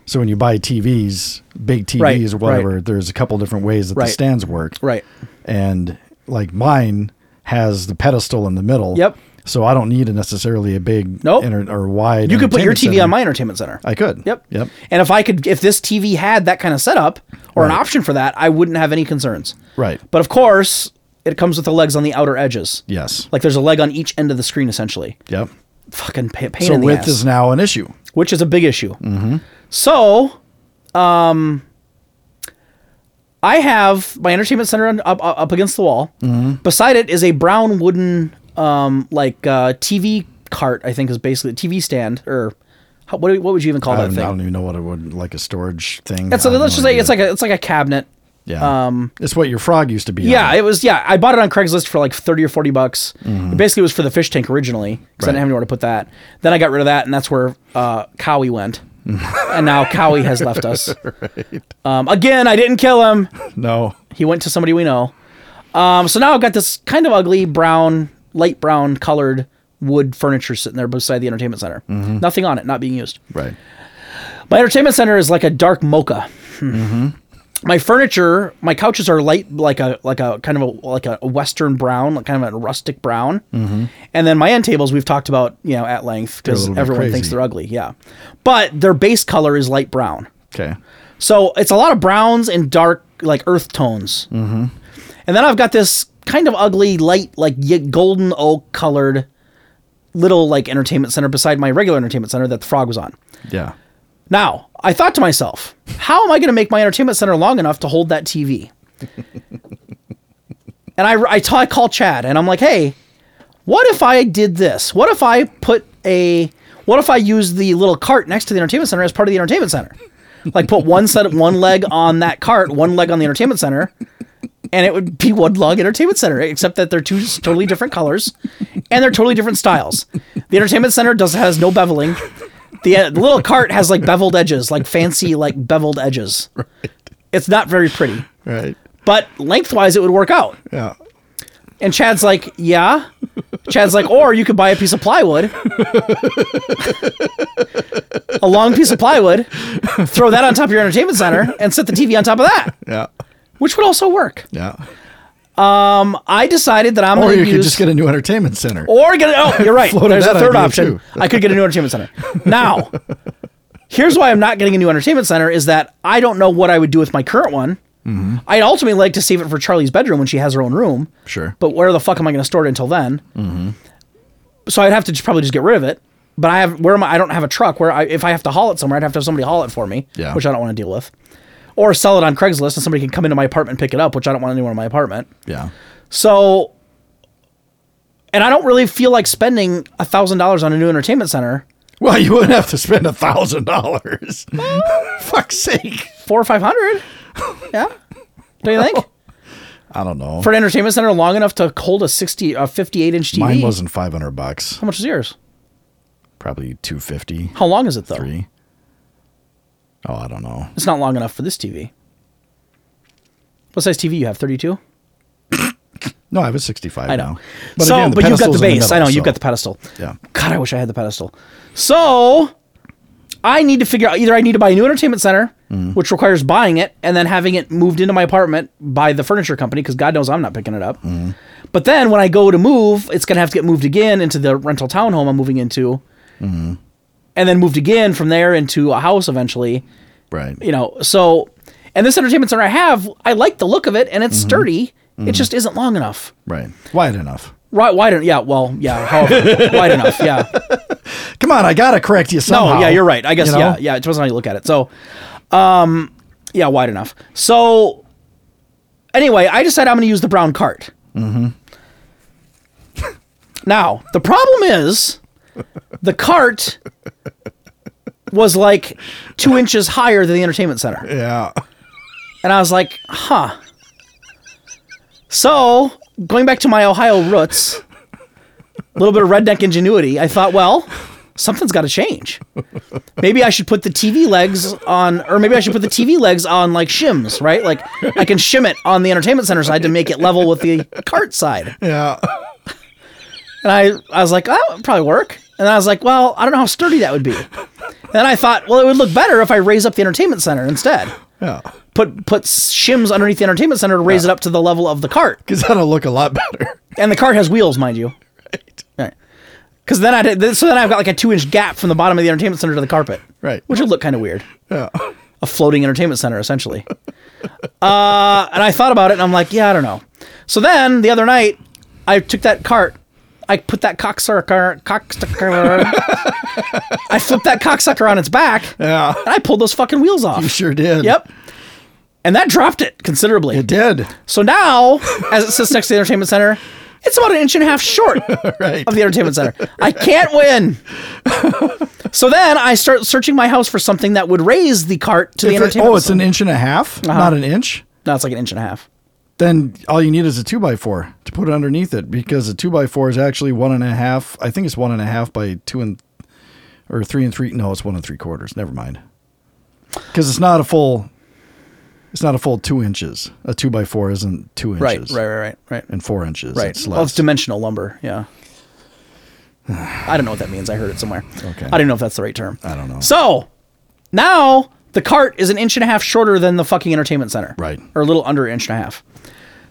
So when you buy TVs, big TVs
Right,
or whatever,
right.
there's a couple different ways that
Right.
the stands work.
Right.
And like mine has the pedestal in the middle.
Yep.
So I don't need a necessarily a big
Nope.
inter- or wide.
You could put your
entertainment
TV
center.
on my entertainment center.
I could.
Yep.
Yep.
And if I could, if this TV had that kind of setup or an
Right.
option for that, I wouldn't have any concerns.
Right.
But of course, it comes with the legs on the outer edges.
Yes.
Like there's a leg on each end of the screen, essentially.
Yep.
Fucking pa- pain
So
in the
width Mm-hmm.
ass,
is now an issue.
which is a big issue. So, um, I have my entertainment center on, up up up against the wall.
Mm-hmm.
Beside it is a brown wooden, um, like uh, TV cart. I think is basically a TV stand or. How, what, do- what would you even call
I
that
don't,
thing?
I don't even know what it would like a storage thing.
It's
I have
let's just
no
say
idea.
it's like a it's like a cabinet.
yeah.
um,
it's what your frog used to be.
Yeah,
on.
it was. Yeah, I bought it on Craigslist for like thirty or forty bucks. It basically was for the fish tank originally because I didn't
Right.
have anywhere to put that. Then I got rid of that, and that's where uh, Cowie went. and now Cowie has left us. Um, again, I didn't kill him.
no.
He went to somebody we know. Um, so now I've got this kind of ugly brown, light brown colored wood furniture sitting there beside the entertainment center. Nothing on it, not being used.
Right.
My entertainment center is like a dark mocha.
Mm-hmm.
My furniture, my couches are light, like a like a kind of a like a western brown, like kind of a rustic brown. And then my end tables we've talked about, you know, at length because
Mm-hmm. little bit
everyone thinks
crazy.
they're ugly. Yeah, but their base color is light brown,
Okay.
so it's a lot of browns and dark like earth tones.
Mm-hmm.
And then I've got this kind of ugly light, like ye- golden oak colored little like entertainment center beside my regular entertainment center that the frog was on.
Yeah.
Now, I thought to myself, how am I going to make my entertainment center long enough to hold that TV? <laughs> and I, I, t- I call Chad and I'm like, hey, what if I did this? What if I put a, what if I used the little cart next to the entertainment center as part of the entertainment center? Like put one set, one leg on that cart, one leg on the entertainment center, and it would be one long entertainment center, except that they're two totally different colors, and they're totally different styles. The entertainment center does has no beveling. The, uh, the little cart has like beveled edges, like fancy like beveled edges.
<laughs>
It's not very pretty,
Right.
but lengthwise it would work out.
Yeah.
And Chad's like, yeah. Chad's like, or you could buy a piece of plywood, a long piece of plywood, throw that on top of your entertainment center, and set the TV on top of that,
Yeah.
which would also work.
Yeah.
I decided that I'm
Or
going
you
to
could
use
just get a new entertainment center.
or get oh
<laughs>
you're right.
Floated
There's a
that
third
idea,
option.
too.
I could get a new entertainment center.
<laughs>
Now, here's why I'm not getting a new entertainment center is that I don't know what I would do with my current one.
Mm-hmm.
I'd ultimately like to save it for Charlie's bedroom when she has her own room.
Sure.
But where the fuck am I going to store it until then?
Mm-hmm.
So I'd have to just probably just get rid of it. But I have where am I? I don't have a truck. Where I, if I have to haul it somewhere, I'd have to have somebody haul it for me,
Yeah.
which I don't want to deal with, or sell it on Craigslist and somebody can come into my apartment and pick it up, which I don't want anyone in my apartment.
Yeah.
So, and I don't really feel like spending a thousand dollars on a new entertainment center,
Well, you wouldn't have to spend a
<laughs>
thousand dollars. Fuck's sake.
four or five
<laughs>
hundred. Yeah, do you think
I don't know.
for an entertainment center long enough to hold a sixty, a fifty-eight inch TV?
Mine wasn't five hundred bucks.
How much is yours?
Probably two fifty.
How long is it though?
Three. Oh, I don't know.
It's not long enough for this TV. What size TV you have? Thirty-two.
No, I have a sixty-five.
I know.
Now.
so,
again,
but you've got the
pedestal's in
base. I know
middle,
you've
so-
got the pedestal.
Yeah.
God, I wish I had the pedestal. So, I need to figure out either I need to buy a new entertainment center, which requires buying it and then having it moved into my apartment by the furniture company because God knows I'm not picking it up. But then when I go to move, it's going to have to get moved again into the rental townhome I'm moving into. And then moved again from there into a house eventually
Right.
you know so and this entertainment center i have i like the look of it and it's sturdy it just isn't long enough
Right. Wide enough.
right wide en- yeah well yeah however <laughs> wide enough yeah
Come on, I gotta correct you somehow.
oh yeah you're right i guess
You know?
yeah yeah it depends on how you look at it so um yeah wide enough so anyway i decided i'm going to use the brown cart mm-hmm. <laughs> now the problem is the cart was like two inches higher than the entertainment center
Yeah.
And I was like, huh. So, going back to my Ohio roots, a little bit of redneck ingenuity, I thought, well, something's got to change. Maybe I should put the TV legs on, or maybe I should put the TV legs on like shims, right? Like I can shim it on the entertainment center side to make it level with the cart side.
Yeah.
And I, I was like, oh, that would probably work. And I was like, well, I don't know how sturdy that would be. And then I thought, well, it would look better if I raise up the entertainment center instead
<laughs> Yeah.
put put shims underneath the entertainment center to raise it up to the level of the cart.
Because that'll look a lot better.
And the cart has wheels, mind you.
Right.
Right. Because then I did, so then I've got like a two inch gap from the bottom of the entertainment center to the carpet.
Right.
Which would look kind of weird.
Yeah.
A floating entertainment center, essentially. <laughs> uh, and I thought about it, and I'm like, yeah, I don't know. So then the other night, I took that cart. I put that cocksucker, cocksucker.
<laughs>
I flipped that cocksucker on its back,
Yeah.
and I pulled those fucking wheels off.
You sure did.
Yep. And that dropped it considerably.
Mm. It did.
So now, as it sits next to the entertainment center, it's about an inch and a half short of
Right.
the entertainment center. I can't win. So then I start searching my house for something that would raise the cart to the
If it-
entertainment.
oh, it's an
center.
inch and a half,
Uh-huh.
not an inch.
no, it's like an inch and a half.
Then all you need is a two by four to put underneath it because a two by four is actually one and a half. I think it's one and a half by two and or three and three. No, it's one and three quarters. Never mind. Because it's not a full. It's not a full two inches. A two by four isn't two inches.
right, right, right, right,
And four inches.
right.
It's
well, it's
less.
dimensional lumber. Yeah. I don't know what that means. I heard it somewhere.
Okay.
I don't know if that's the right term.
I don't know.
So now the cart is an inch and a half shorter than the fucking entertainment center.
Right.
Or a little under an inch and a half.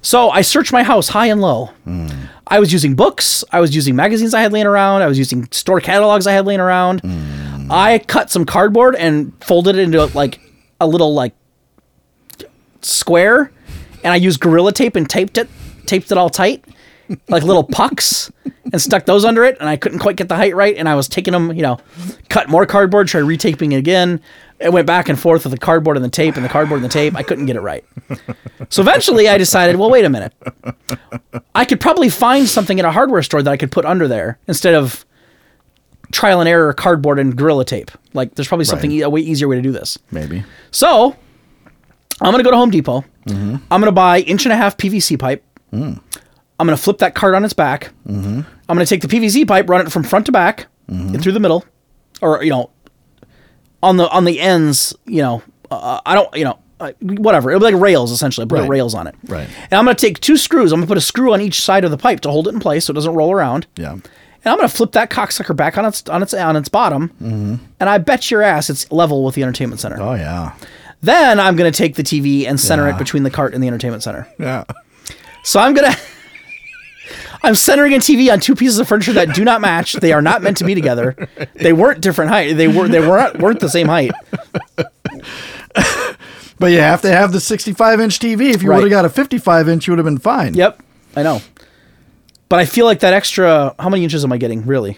So I searched my house high and low.
Hmm.
I was using books. I was using magazines I had laying around. I was using store catalogs I had laying around.
Hmm.
I cut some cardboard and folded it into like a little like square, and I used gorilla tape and taped it, taped it all tight, like little pucks, and stuck those under it. And I couldn't quite get the height right, and I was taking them, you know, cut more cardboard, tried retaping it again. It went back and forth with the cardboard and the tape, and the cardboard and the tape. I couldn't get it right. So eventually, I decided, well, wait a minute. I could probably find something at a hardware store that I could put under there instead of trial and error e, cardboard and gorilla tape. Like, there's probably something
Right.
e- a way easier way to do this.
Maybe.
So I'm gonna go to Home Depot.
Mm-hmm.
I'm gonna buy inch and a half PVC pipe.
Mm.
I'm gonna flip that cart on its back.
Mm-hmm.
I'm gonna take the PVC pipe, run it from front to back and through the middle, or you know, on the on the ends. You know, uh, I don't. You know, uh, whatever. It'll be like rails essentially. Put
Right.
rails on it.
Right.
And I'm gonna take two screws. I'm gonna put a screw on each side of the pipe to hold it in place so it doesn't roll around.
Yeah.
And I'm gonna flip that cocksucker back on its on its on its bottom,
Mm-hmm.
and I bet your ass it's level with the entertainment center.
Oh yeah.
Then I'm going to take the TV and center
Yeah.
it between the cart and the entertainment center.
Yeah.
So I'm going to. <laughs> I'm centering a TV on two pieces of furniture that do not match. They are not meant to be together. They weren't different height. They were they weren't weren't the same height.
But you have to have the 65 inch TV. If you
Right.
would have got a 55 inch, you would have been fine.
Yep, I know. But I feel like that extra. How many inches am I getting really?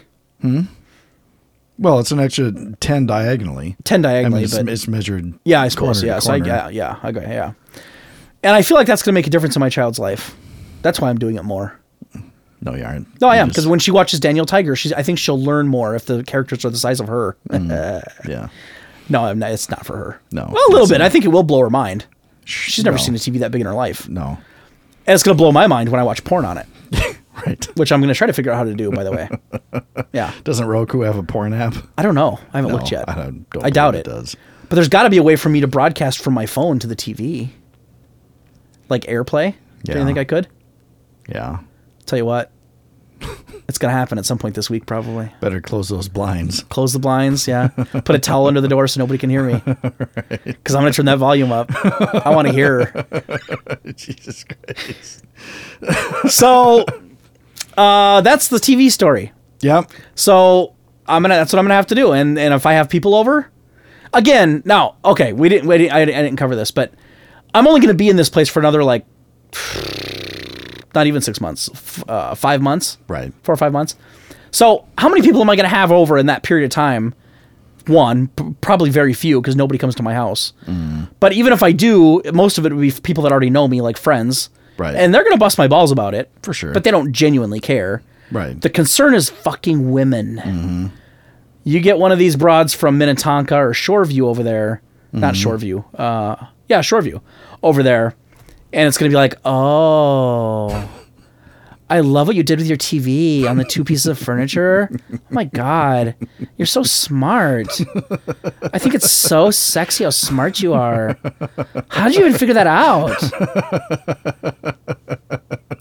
Well, it's an extra 10 diagonally.
Ten
I mean,
diagonally,
it's,
but
it's measured.
yeah, I suppose
corner to
yeah. So I,
corner.
yeah, yeah, I go yeah. And I feel like that's going to make a difference in my child's life. That's why I'm doing it more.
No, you aren't.
No, I
You
am because
just-
when she watches Daniel Tiger, she's I think she'll learn more if the characters are the size of her.
Mm.
<laughs>
yeah.
No, I'm not, it's not for her.
No,
Well, a little
it's
bit.
not.
I think it will blow her mind. She's never
no.
seen a TV that big in her life. And
No. <laughs>
it's going to blow my mind when I watch porn on it,
Right.
which I'm going to try to figure out how to do, by the
<laughs>
way. yeah.
Doesn't Roku have a porn app?
I don't know. I haven't looked
No,
yet.
I don't, don't
I doubt
believe
it.
does.
But there's got to be a way for me to broadcast from my phone to the TV. Like AirPlay? Do you
Yeah.
think I could?
Yeah.
Tell you
<laughs>
what. it's going to happen at some point this week, probably.
Better close those blinds. <laughs>
Close the blinds, yeah. Put a towel under the door so nobody can hear me. Because I'm going to turn that volume up. I want to hear her.
Jesus Christ.
so uh, that's the TV story.
Yep.
So I'm gonna that's what I'm gonna have to do. And and if I have people over, again, now okay, we didn't, we didn't I, I didn't cover this, but I'm only gonna be in this place for another like <sighs> not even six months, f- uh, five months,
Right.
four or five months. So how many people am I gonna have over in that period of time? One, p- probably very few because nobody comes to my house.
Mm.
But even if I do, most of it would be people that already know me, like friends.
Right.
And they're going to bust my balls about it.
For sure.
But they don't genuinely care.
Right.
The concern is fucking women. You get one of these broads from Minnetonka or Shoreview over there, not Shoreview. Uh, yeah, Shoreview over there, and it's gonna be like, oh, I love what you did with your TV on the two pieces of furniture. Oh my god, you're so smart. I think it's so sexy how smart you are. How did you even figure that out?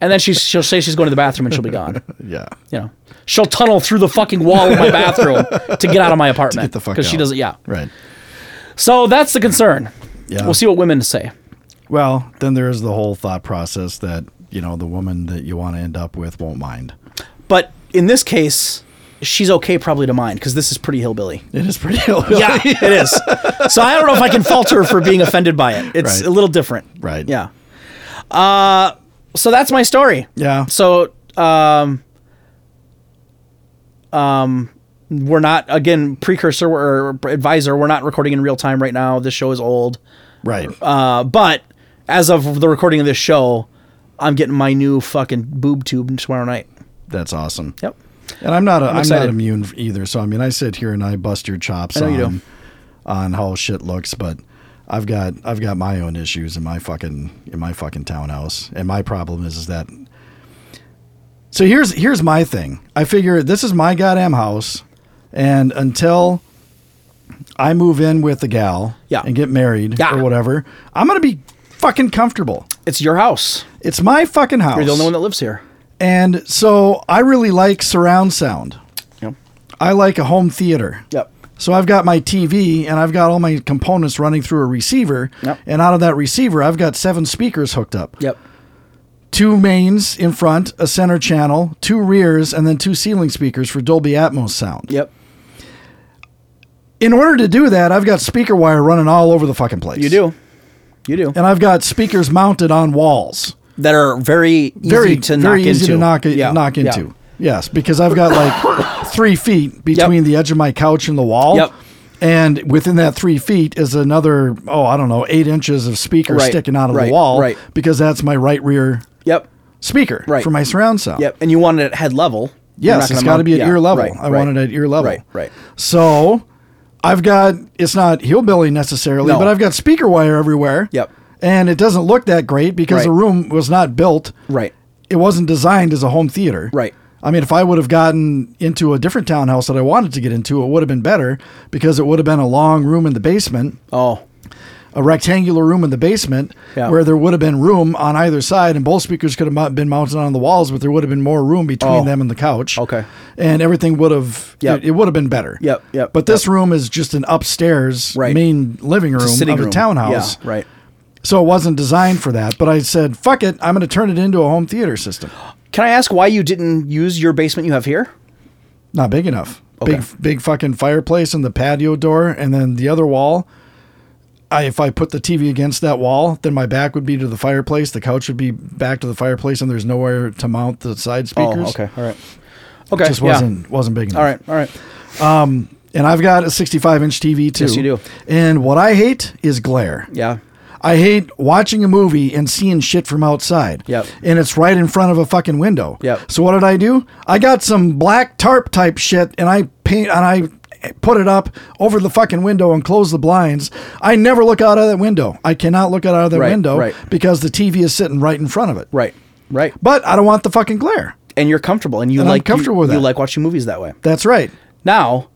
And then she she'll say she's going to the bathroom and she'll be gone
yeah.
you know, she'll tunnel through the fucking wall of
<laughs>
my bathroom to get out of my apartment.
Get the fuck out.
Because she doesn't, yeah.
Right.
So that's the concern.
Yeah.
We'll see what women say.
Well, then there is the whole thought process that, you know, the woman that you want to end up with won't mind.
But in this case, she's okay probably to mind because this is pretty
<laughs>
hillbilly.
It is pretty
Yeah, it is. So I don't know if I can fault her for being offended by it. It's
Right.
a little different.
Right.
Yeah. Uh, so that's my story.
Yeah.
So, um, um, we're not again precursor or advisor. We're not recording in real time right now. This show is old.
Right.
Uh, but as of the recording of this show, I'm getting my new fucking boob tube tomorrow night.
That's awesome.
Yep.
And I'm not a, I'm, not
excited.
immune f- either. So I mean, I sit here and I bust your chops
know
on
you do.
on how shit looks, but I've got I've got my own issues in my fucking in my fucking townhouse, and my problem is is that. So here's here's my thing. I figure this is my goddamn house, and until I move in with the gal
Yeah.
and get married
Yeah.
or whatever, I'm gonna be fucking comfortable.
It's your house.
It's my fucking house.
You're the only one that lives here.
And so I really like surround sound.
Yep.
I like a home theater.
Yep.
So I've got my TV and I've got all my components running through a receiver.
Yep.
And out of that receiver, I've got seven speakers hooked up.
Yep.
Two mains in front, a center channel, two rears, and then two ceiling speakers for Dolby Atmos sound.
Yep.
In order to do that, I've got speaker wire running all over the fucking place.
You do. You do.
And I've got speakers mounted on walls.
That are very easy
very
to
very
knock
easy
into.
to knock
Yeah.
knock
Yeah.
into. Yes, because I've got
<coughs>
like three feet between the edge of my couch and the wall.
Yep.
And within that three feet is another, oh, I don't know, eight inches of speaker
Right,
sticking out of
right,
the wall
right.
because that's my right rear
Yep.
speaker
Right.
for my surround sound.
Yep. And you want it at head level. You're not
Yes,
gonna
it's got to
mount-
be at
yeah,
ear level.
right,
I
right.
want it at ear level.
Right, right.
So I've got, it's not hillbilly necessarily,
No.
but I've got speaker wire everywhere.
Yep.
and it doesn't look that great because
Right.
the room was not built.
Right.
It wasn't designed as a home theater.
Right.
I mean, if I would have gotten into a different townhouse that I wanted to get into, it would have been better because it would have been a long room in the basement,
Oh,
a rectangular room in the basement
Yeah.
where there would have been room on either side and both speakers could have mou- been mounted on the walls, but there would have been more room between
Oh.
them and the couch.
Okay.
And everything would have,
Yep.
it, it would have been better.
Yep, yep,
But this room is just an upstairs
Right.
main living room
sitting
of
room.
a townhouse.
Yeah, right.
So it wasn't designed for that. But I said, fuck it, I'm going to turn it into a home theater system.
Can I ask why you didn't use your basement you have here?
Not big enough.
Okay.
Big big fucking fireplace and the patio door and then the other wall. I, if I put the TV against that wall, then my back would be to the fireplace. The couch would be back to the fireplace, and there's nowhere to mount the side speakers.
Oh, okay, all right, okay,
It just
yeah.
wasn't wasn't big enough.
All right, all right.
And I've got a 65 inch TV too.
Yes, you do.
And what I hate is glare.
Yeah,
I hate watching a movie and seeing shit from outside.
Yep.
And it's right in front of a fucking window.
Yep.
So what did I do? I got some black tarp type shit and I paint and I put it up over the fucking window and close the blinds. I never look out of that window. I cannot look out of that
Right,
window
right.
because the TV is sitting right in front of it.
right, right.
But I don't want the fucking glare.
And you're comfortable, and you
And I'm
like you-
comfortable with
you
that.
like watching movies that way.
That's right.
Now,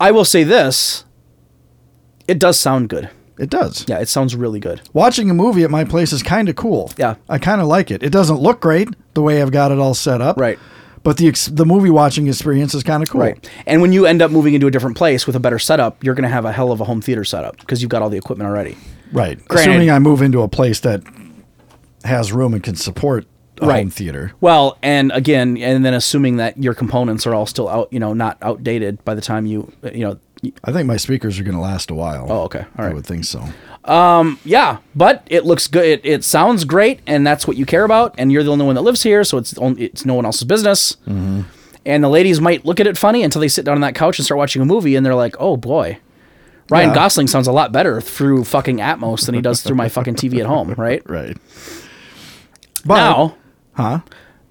I will say this: it does sound good.
It does.
Yeah, it sounds really good.
Watching a movie at my place is kind of cool.
Yeah.
I kind of like it. It doesn't look great the way I've got it all set up.
Right.
But the ex- the movie watching experience is kind of cool.
Right. And when you end up moving into a different place with a better setup, you're going to have a hell of a home theater setup because you've got all the equipment already.
Right.
Granted-
Assuming I move into a place that has room and can support a home theater.
Well, and again, and then assuming that your components are all still out, you know, not outdated by the time you, you know, y-
I think my speakers are going to last a while.
Oh, okay. All
I
right.
would think so.
yeah. But it looks good. It, it sounds great, and that's what you care about. And you're the only one that lives here, so it's only, it's no one else's business.
Mm-hmm.
And the ladies might look at it funny until they sit down on that couch and start watching a movie, and they're like, "Oh boy, Ryan
Yeah.
Gosling sounds a lot better through fucking Atmos than he does through my fucking TV at home, right?"
Right. But
now,
huh?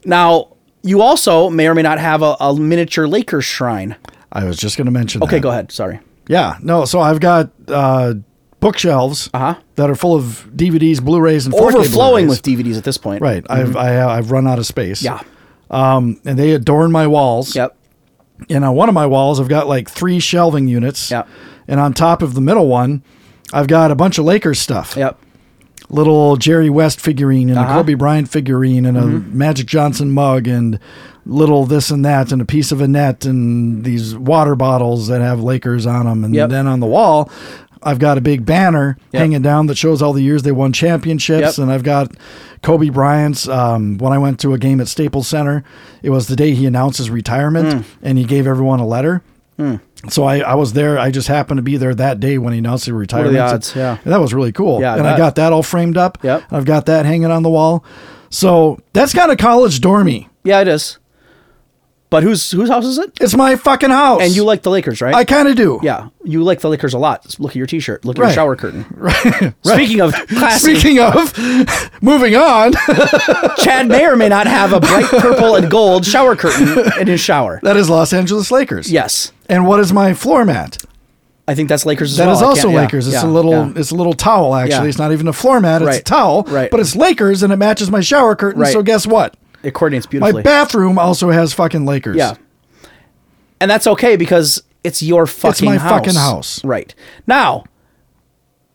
Now, you also may or may not have a, a miniature Lakers shrine.
I was just going to mention
Okay,
that.
go ahead. Sorry.
Yeah. No, so I've got uh bookshelves
Uh-huh.
that are full of DVDs, Blu-rays and 4K
Overflowing
Blu-rays.
with DVDs at this point.
Right. I've I, have- I've run out of space.
Mm-hmm. Yeah.
Um, and they adorn my walls.
Yep.
And on one of my walls, I've got like three shelving units.
Yep.
And on top of the middle one, I've got a bunch of Lakers stuff.
Yep.
Little Jerry West figurine and
Uh-huh. Mm-hmm.
a Kobe Bryant figurine and a Magic Johnson mug and little this and that and a piece of a net and these water bottles that have Lakers on them. And
Yep.
then on the wall, I've got a big banner
Yep.
hanging down that shows all the years they won championships.
Yep.
And I've got Kobe Bryant's. Um, when I went to a game at Staples Center, it was the day he announced his retirement
Mm.
and he gave everyone a letter. So I, I was there. I just happened to be there that day when he announced his retirement.
odds? Yeah.
And that was really cool.
Yeah, I
and I
bet.
got that all framed up.
Yep.
I've got that hanging on the wall. So that's kind of college dormy.
Yeah, it is. But whose whose house is it?
It's my fucking house.
And you like the Lakers, right?
I kind of do.
yeah, you like the Lakers a lot. Just Look at your T-shirt. Look at your
<laughs> Right.
shower curtain. Speaking
<laughs>
of classy,
Speaking of, <laughs> moving on,
<laughs>
<laughs>
Chad may or may not have a bright purple and gold shower curtain in his
<laughs>
shower.
that is Los Angeles Lakers.
Yes,
And what is my floor mat?
I think that's Lakers as
That
well.
is
I
also
can't- yeah,
Lakers. it's
yeah,
a little
yeah.
it's a little towel actually.
Yeah.
It's not even a floor mat, it's a
Right.
towel,
Right.
but it's Lakers and it matches my shower curtain.
Right.
So guess what?
It coordinates beautifully.
My bathroom also has fucking Lakers.
Yeah. And that's okay because it's your fucking
my
house.
fucking house.
Right. Now,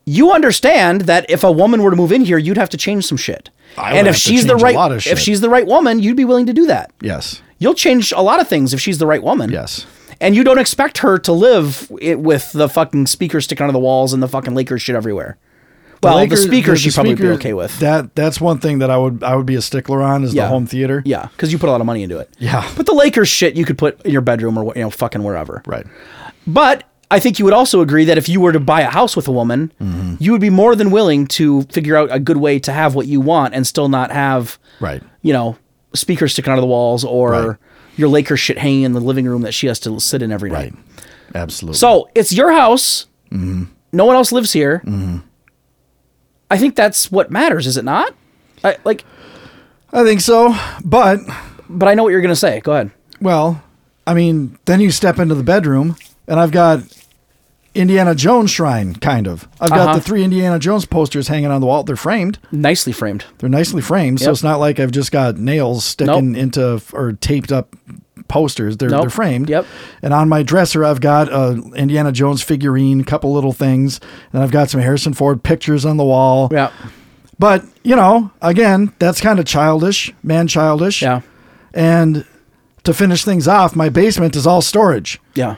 you understand that if a woman were to move in here, you'd have to change some shit.
I would
and if
have to
she's the
change a
right
lot of
if
shit.
she's the right woman, you'd be willing to do that.
Yes.
You'll change a lot of things if she's the right woman.
Yes.
And you don't expect her to live it with the fucking speaker sticking out of the walls and the fucking Lakers shit everywhere. Well,
Lakers-
the speaker she'd probably
speaker-
be okay with.
That that's one thing that I would I would be a stickler on is the home theater.
Yeah, because you put a lot of money into it.
Yeah.
But the Lakers shit you could put in your bedroom or you know fucking wherever.
Right.
But I think you would also agree that if you were to buy a house with a woman,
Mm-hmm.
you would be more than willing to figure out a good way to have what you want and still not have,
Right.
you know, speakers sticking out of the walls or
Right.
your Laker shit hanging in the living room that she has to sit in every night.
Right. Mm-hmm. Absolutely.
So it's your house. No one else lives here.
Mm-hmm.
I think that's what matters, is it not? I, like,
I think so, but
but I know what you're gonna say. Go ahead.
well, I mean, then you step into the bedroom and I've got Indiana Jones shrine, kind of. I've got
Uh-huh.
the three Indiana Jones posters hanging on the wall. They're framed.
Nicely framed.
They're nicely framed, so
Yep.
it's not like I've just got nails sticking into or taped up posters. They're
Nope.
they're framed.
Yep.
And on my dresser, I've got a Indiana Jones figurine, couple little things, and I've got some Harrison Ford pictures on the wall.
Yeah.
But you know, again, that's kind of childish, man, childish.
Yeah.
And to finish things off, my basement is all storage.
Yeah.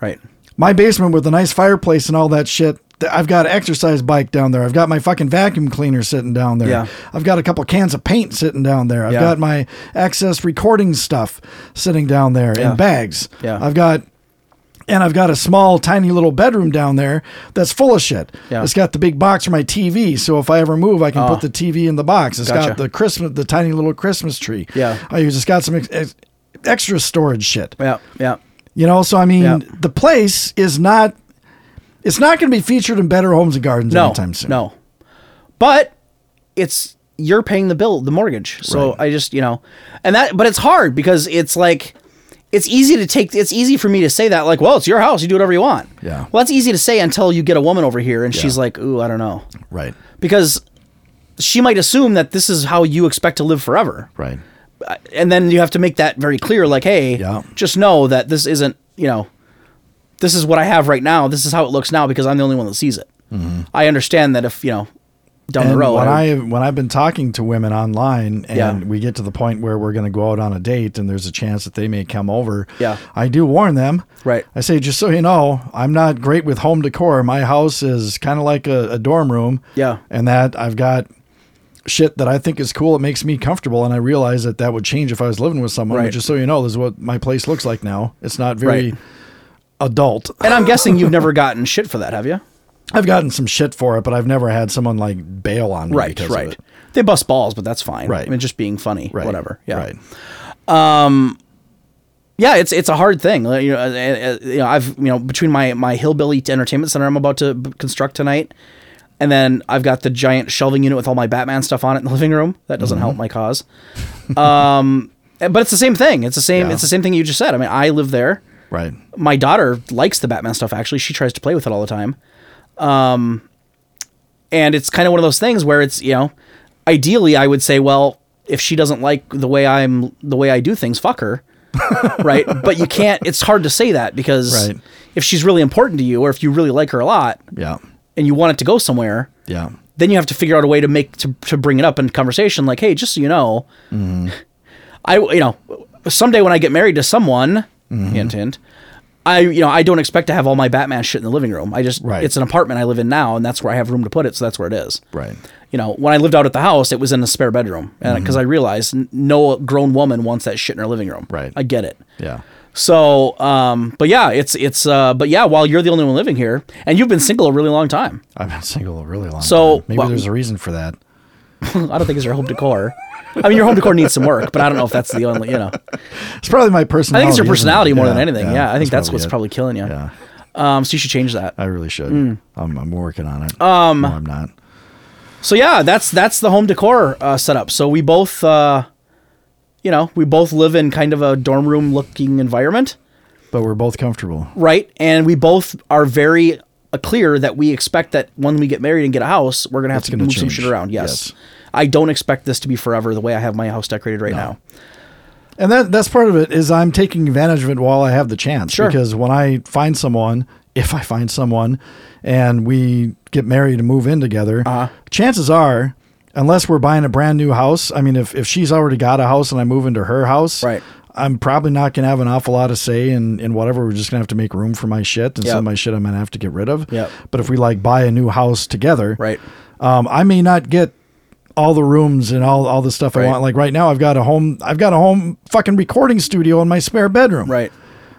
Right.
My basement with a nice fireplace and all that shit. th- I've got an exercise bike down there. I've got my fucking vacuum cleaner sitting down there.
Yeah.
I've got a couple cans of paint sitting down there. I've
Yeah.
got my access recording stuff sitting down there
Yeah.
in bags.
Yeah.
I've got and I've got a small, tiny little bedroom down there that's full of shit.
Yeah.
It's got the big box for my TV, so if I ever move, I can
Oh.
put the TV in the box. It's got
Gotcha.
the Christmas, the tiny little Christmas tree.
Yeah.
I just got some ex- ex- extra storage shit.
Yeah. Yeah.
You know, so I mean,
Yeah.
the place is not. It's not going to be featured in Better Homes and Gardens
No.
anytime soon.
No. But it's you're paying the bill, the mortgage. So I just, you know, and that but it's hard because it's like it's easy to take it's easy for me to say that like, well, it's your house, you do whatever you want.
Yeah.
Well, that's easy to say until you get a woman over here and she's like, "Ooh, I don't know."
Right.
Because she might assume that this is how you expect to live forever.
Right.
Uh, and then you have to make that very clear like hey
Yeah.
just know that this isn't you know this is what i have right now this is how it looks now because i'm the only one that sees it i understand that if you know down
Mm-hmm. And
the road
when
I-
I when I've been talking to women online, and
Yeah.
we get to the point where we're going to go out on a date, and there's a chance that they may come over.
Yeah.
I do warn them.
Right.
I say, just so you know, I'm not great with home decor. My house is kind of like a, a dorm room.
Yeah.
And that I've got shit that I think is cool. It makes me comfortable, and I realize that that would change if I was living with someone. But
Right.
just so you know, this is what my place looks like now. It's not very
Right.
adult.
and i'm guessing you've never gotten shit for that have
<laughs>
you
I've gotten some shit for it, but I've never had someone like bail on me
right
because of
right
it.
they bust balls but that's fine
Right.
i mean just being funny
Right.
whatever yeah
Right.
yeah, it's it's a hard thing. Like, You know, uh, uh, you know, I've you know between my my hillbilly entertainment center I'm about to b- construct tonight, and then I've got the giant shelving unit with all my Batman stuff on it in the living room. That doesn't help my cause. um, <laughs> eh, but it's the same thing. It's the same.
Yeah.
It's the same thing you just said. I mean, I live there.
Right.
My daughter likes the Batman stuff. Actually, she tries to play with it all the time. Um, and it's kind of one of those things where it's you know, ideally I would say, well, if she doesn't like the way I'm the way I do things, fuck her, right? But you can't. It's hard to say that because
Right.
if she's really important to you, or if you really like her a lot,
Yeah.
and you want it to go somewhere,
Yeah.
then you have to figure out a way to make to, to bring it up in conversation like hey just so you know
Mm-hmm.
i you know someday when i get married to someone
Mm-hmm.
hint hint i you know i don't expect to have all my batman shit in the living room i just
Right.
it's an apartment i live in now and that's where i have room to put it so that's where it is
Right. Mm-hmm.
you know when i lived out at the house it was in a spare bedroom and because i realized n- no grown woman wants that shit in her living room
Right.
i get it
Yeah.
so um but yeah it's it's uh but yeah while you're the only one living here and you've been single a really long time
I've been <laughs> single a really long
So,
time. Maybe
well-
there's a reason for that.
I don't think it's your home decor. I mean, your home decor needs some work, but I don't know if that's the only, you know.
It's probably my
I
personality.
think it's your
isn't it?
personality more than anything. Yeah, I think that's,
probably
what's
it.
probably Mm. killing you.
Yeah.
Um, so you should change that.
I really should. I'm, I'm working on it. Um, no, I'm not.
So yeah, that's that's the home decor uh, setup. So we both, uh, you know, we both live in kind of a dorm room looking environment,
But we're both comfortable.
right? And we both are very uh, clear that we expect that when we get married and get a house, we're gonna have
It's
to
gonna
move some
change.
shit around. Yes.
Yes.
I don't expect this to be forever the way I have my house decorated right now.
And that that's part of it is I'm taking advantage of it while I have the chance.
Sure.
Because when I find someone, if I find someone, and we get married and move in together,
Uh-huh.
chances are, unless we're buying a brand new house, I mean, if if she's already got a house and I move into her house,
Right.
I'm probably not gonna have an awful lot to say in, in whatever. We're just gonna have to make room for my shit, and some
Yep.
of my shit I'm gonna have to get rid of.
Yep.
But if we like buy a new house together,
Right.
um, I may not get all the rooms and all, all the stuff I
Right.
want. Like right now, I've got a home, I've got a home fucking recording studio in my spare bedroom.
Right.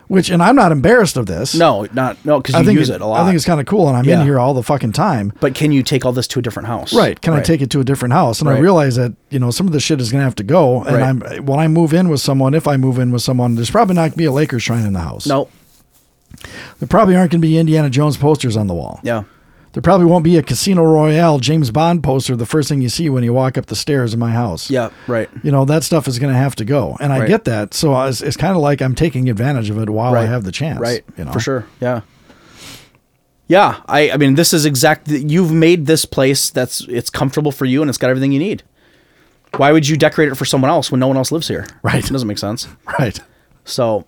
Which, and I'm not embarrassed of this.
No, not no, because
I
you
think
use it, a lot.
I think it's kind of cool, and I'm
Yeah.
in here all the fucking time.
but can you take all this to a different house?
Right? Can I take it to a different house? And I
Right.
realize that you know some of the shit is gonna have to go. And
Right.
I'm when I move in with someone, if I move in with someone, there's probably not gonna be a Lakers shrine in the house.
No.
there probably aren't gonna be Indiana Jones posters on the wall.
Yeah.
There probably won't be a Casino Royale James Bond poster the first thing you see when you walk up the stairs in my house.
Yeah. Right.
you know that stuff is going to have to go and i
Right.
get that so I, it's, it's kind of like i'm taking advantage of it while i have the chance
Right.
you know
For sure. Yeah. Yeah, I, I mean, this is exact. You've made this place that's it's comfortable for you and it's got everything you need. Why would you decorate it for someone else when no one else lives here?
Right.
it doesn't make sense.
<laughs> Right.
So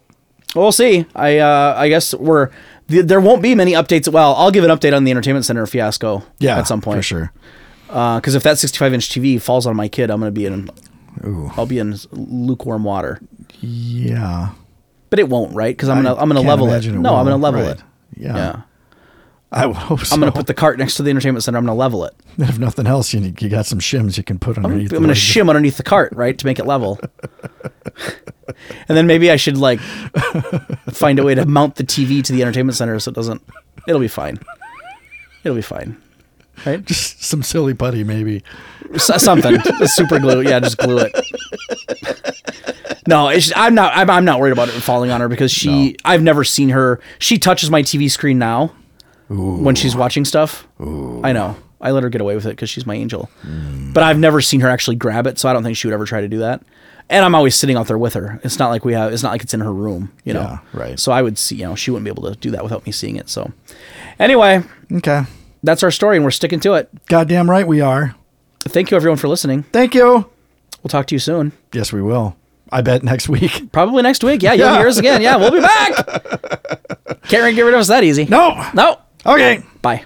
we'll see. I uh, I guess we're th- there won't be many updates. Well, I'll give an update on the entertainment center fiasco.
Yeah.
at some point
For sure.
Because Uh, if that 65 inch TV falls on my kid, I'm gonna be in. I'll be in lukewarm water.
Yeah.
But it won't, right? Because I'm gonna
I
I am gonna
can't
level it.
imagine it
no, I'm
will,
gonna level
right.
it.
Yeah.
Yeah.
I would hope so.
I'm gonna put the cart next to the entertainment center. I'm gonna level it.
<laughs> If nothing else, you, need, you got some shims you can put
I'm
underneath. the
gonna
leg.
shim underneath the cart, right, to make it level. <laughs> and then maybe I should like find a way to mount the TV to the entertainment center so it doesn't. It'll be fine. It'll be fine. Right?
<laughs> Just some silly putty, maybe.
S- something. Just super glue. Yeah, just glue it. No, it's, I'm not. I'm, I'm not worried about it falling on her because she. I've never seen her. She touches my TV screen now when she's watching stuff. I know. I let her get away with it because she's my angel. But I've never seen her actually grab it, so I don't think she would ever try to do that. And I'm always sitting out there with her. It's not like we have. It's not like it's in her room, you know.
Yeah, right.
So I would see. You know, she wouldn't be able to do that without me seeing it. So, anyway,
Okay.
that's our story, and we're sticking to it.
Goddamn right we are.
Thank you, everyone, for listening.
Thank you.
We'll talk to you soon.
Yes, we will. I bet next week. <laughs>
Probably next week. Yeah, you'll
Yeah.
hear us again. Yeah, we'll be back. Can't really get rid of us that easy.
No.
No.
Okay.
Bye.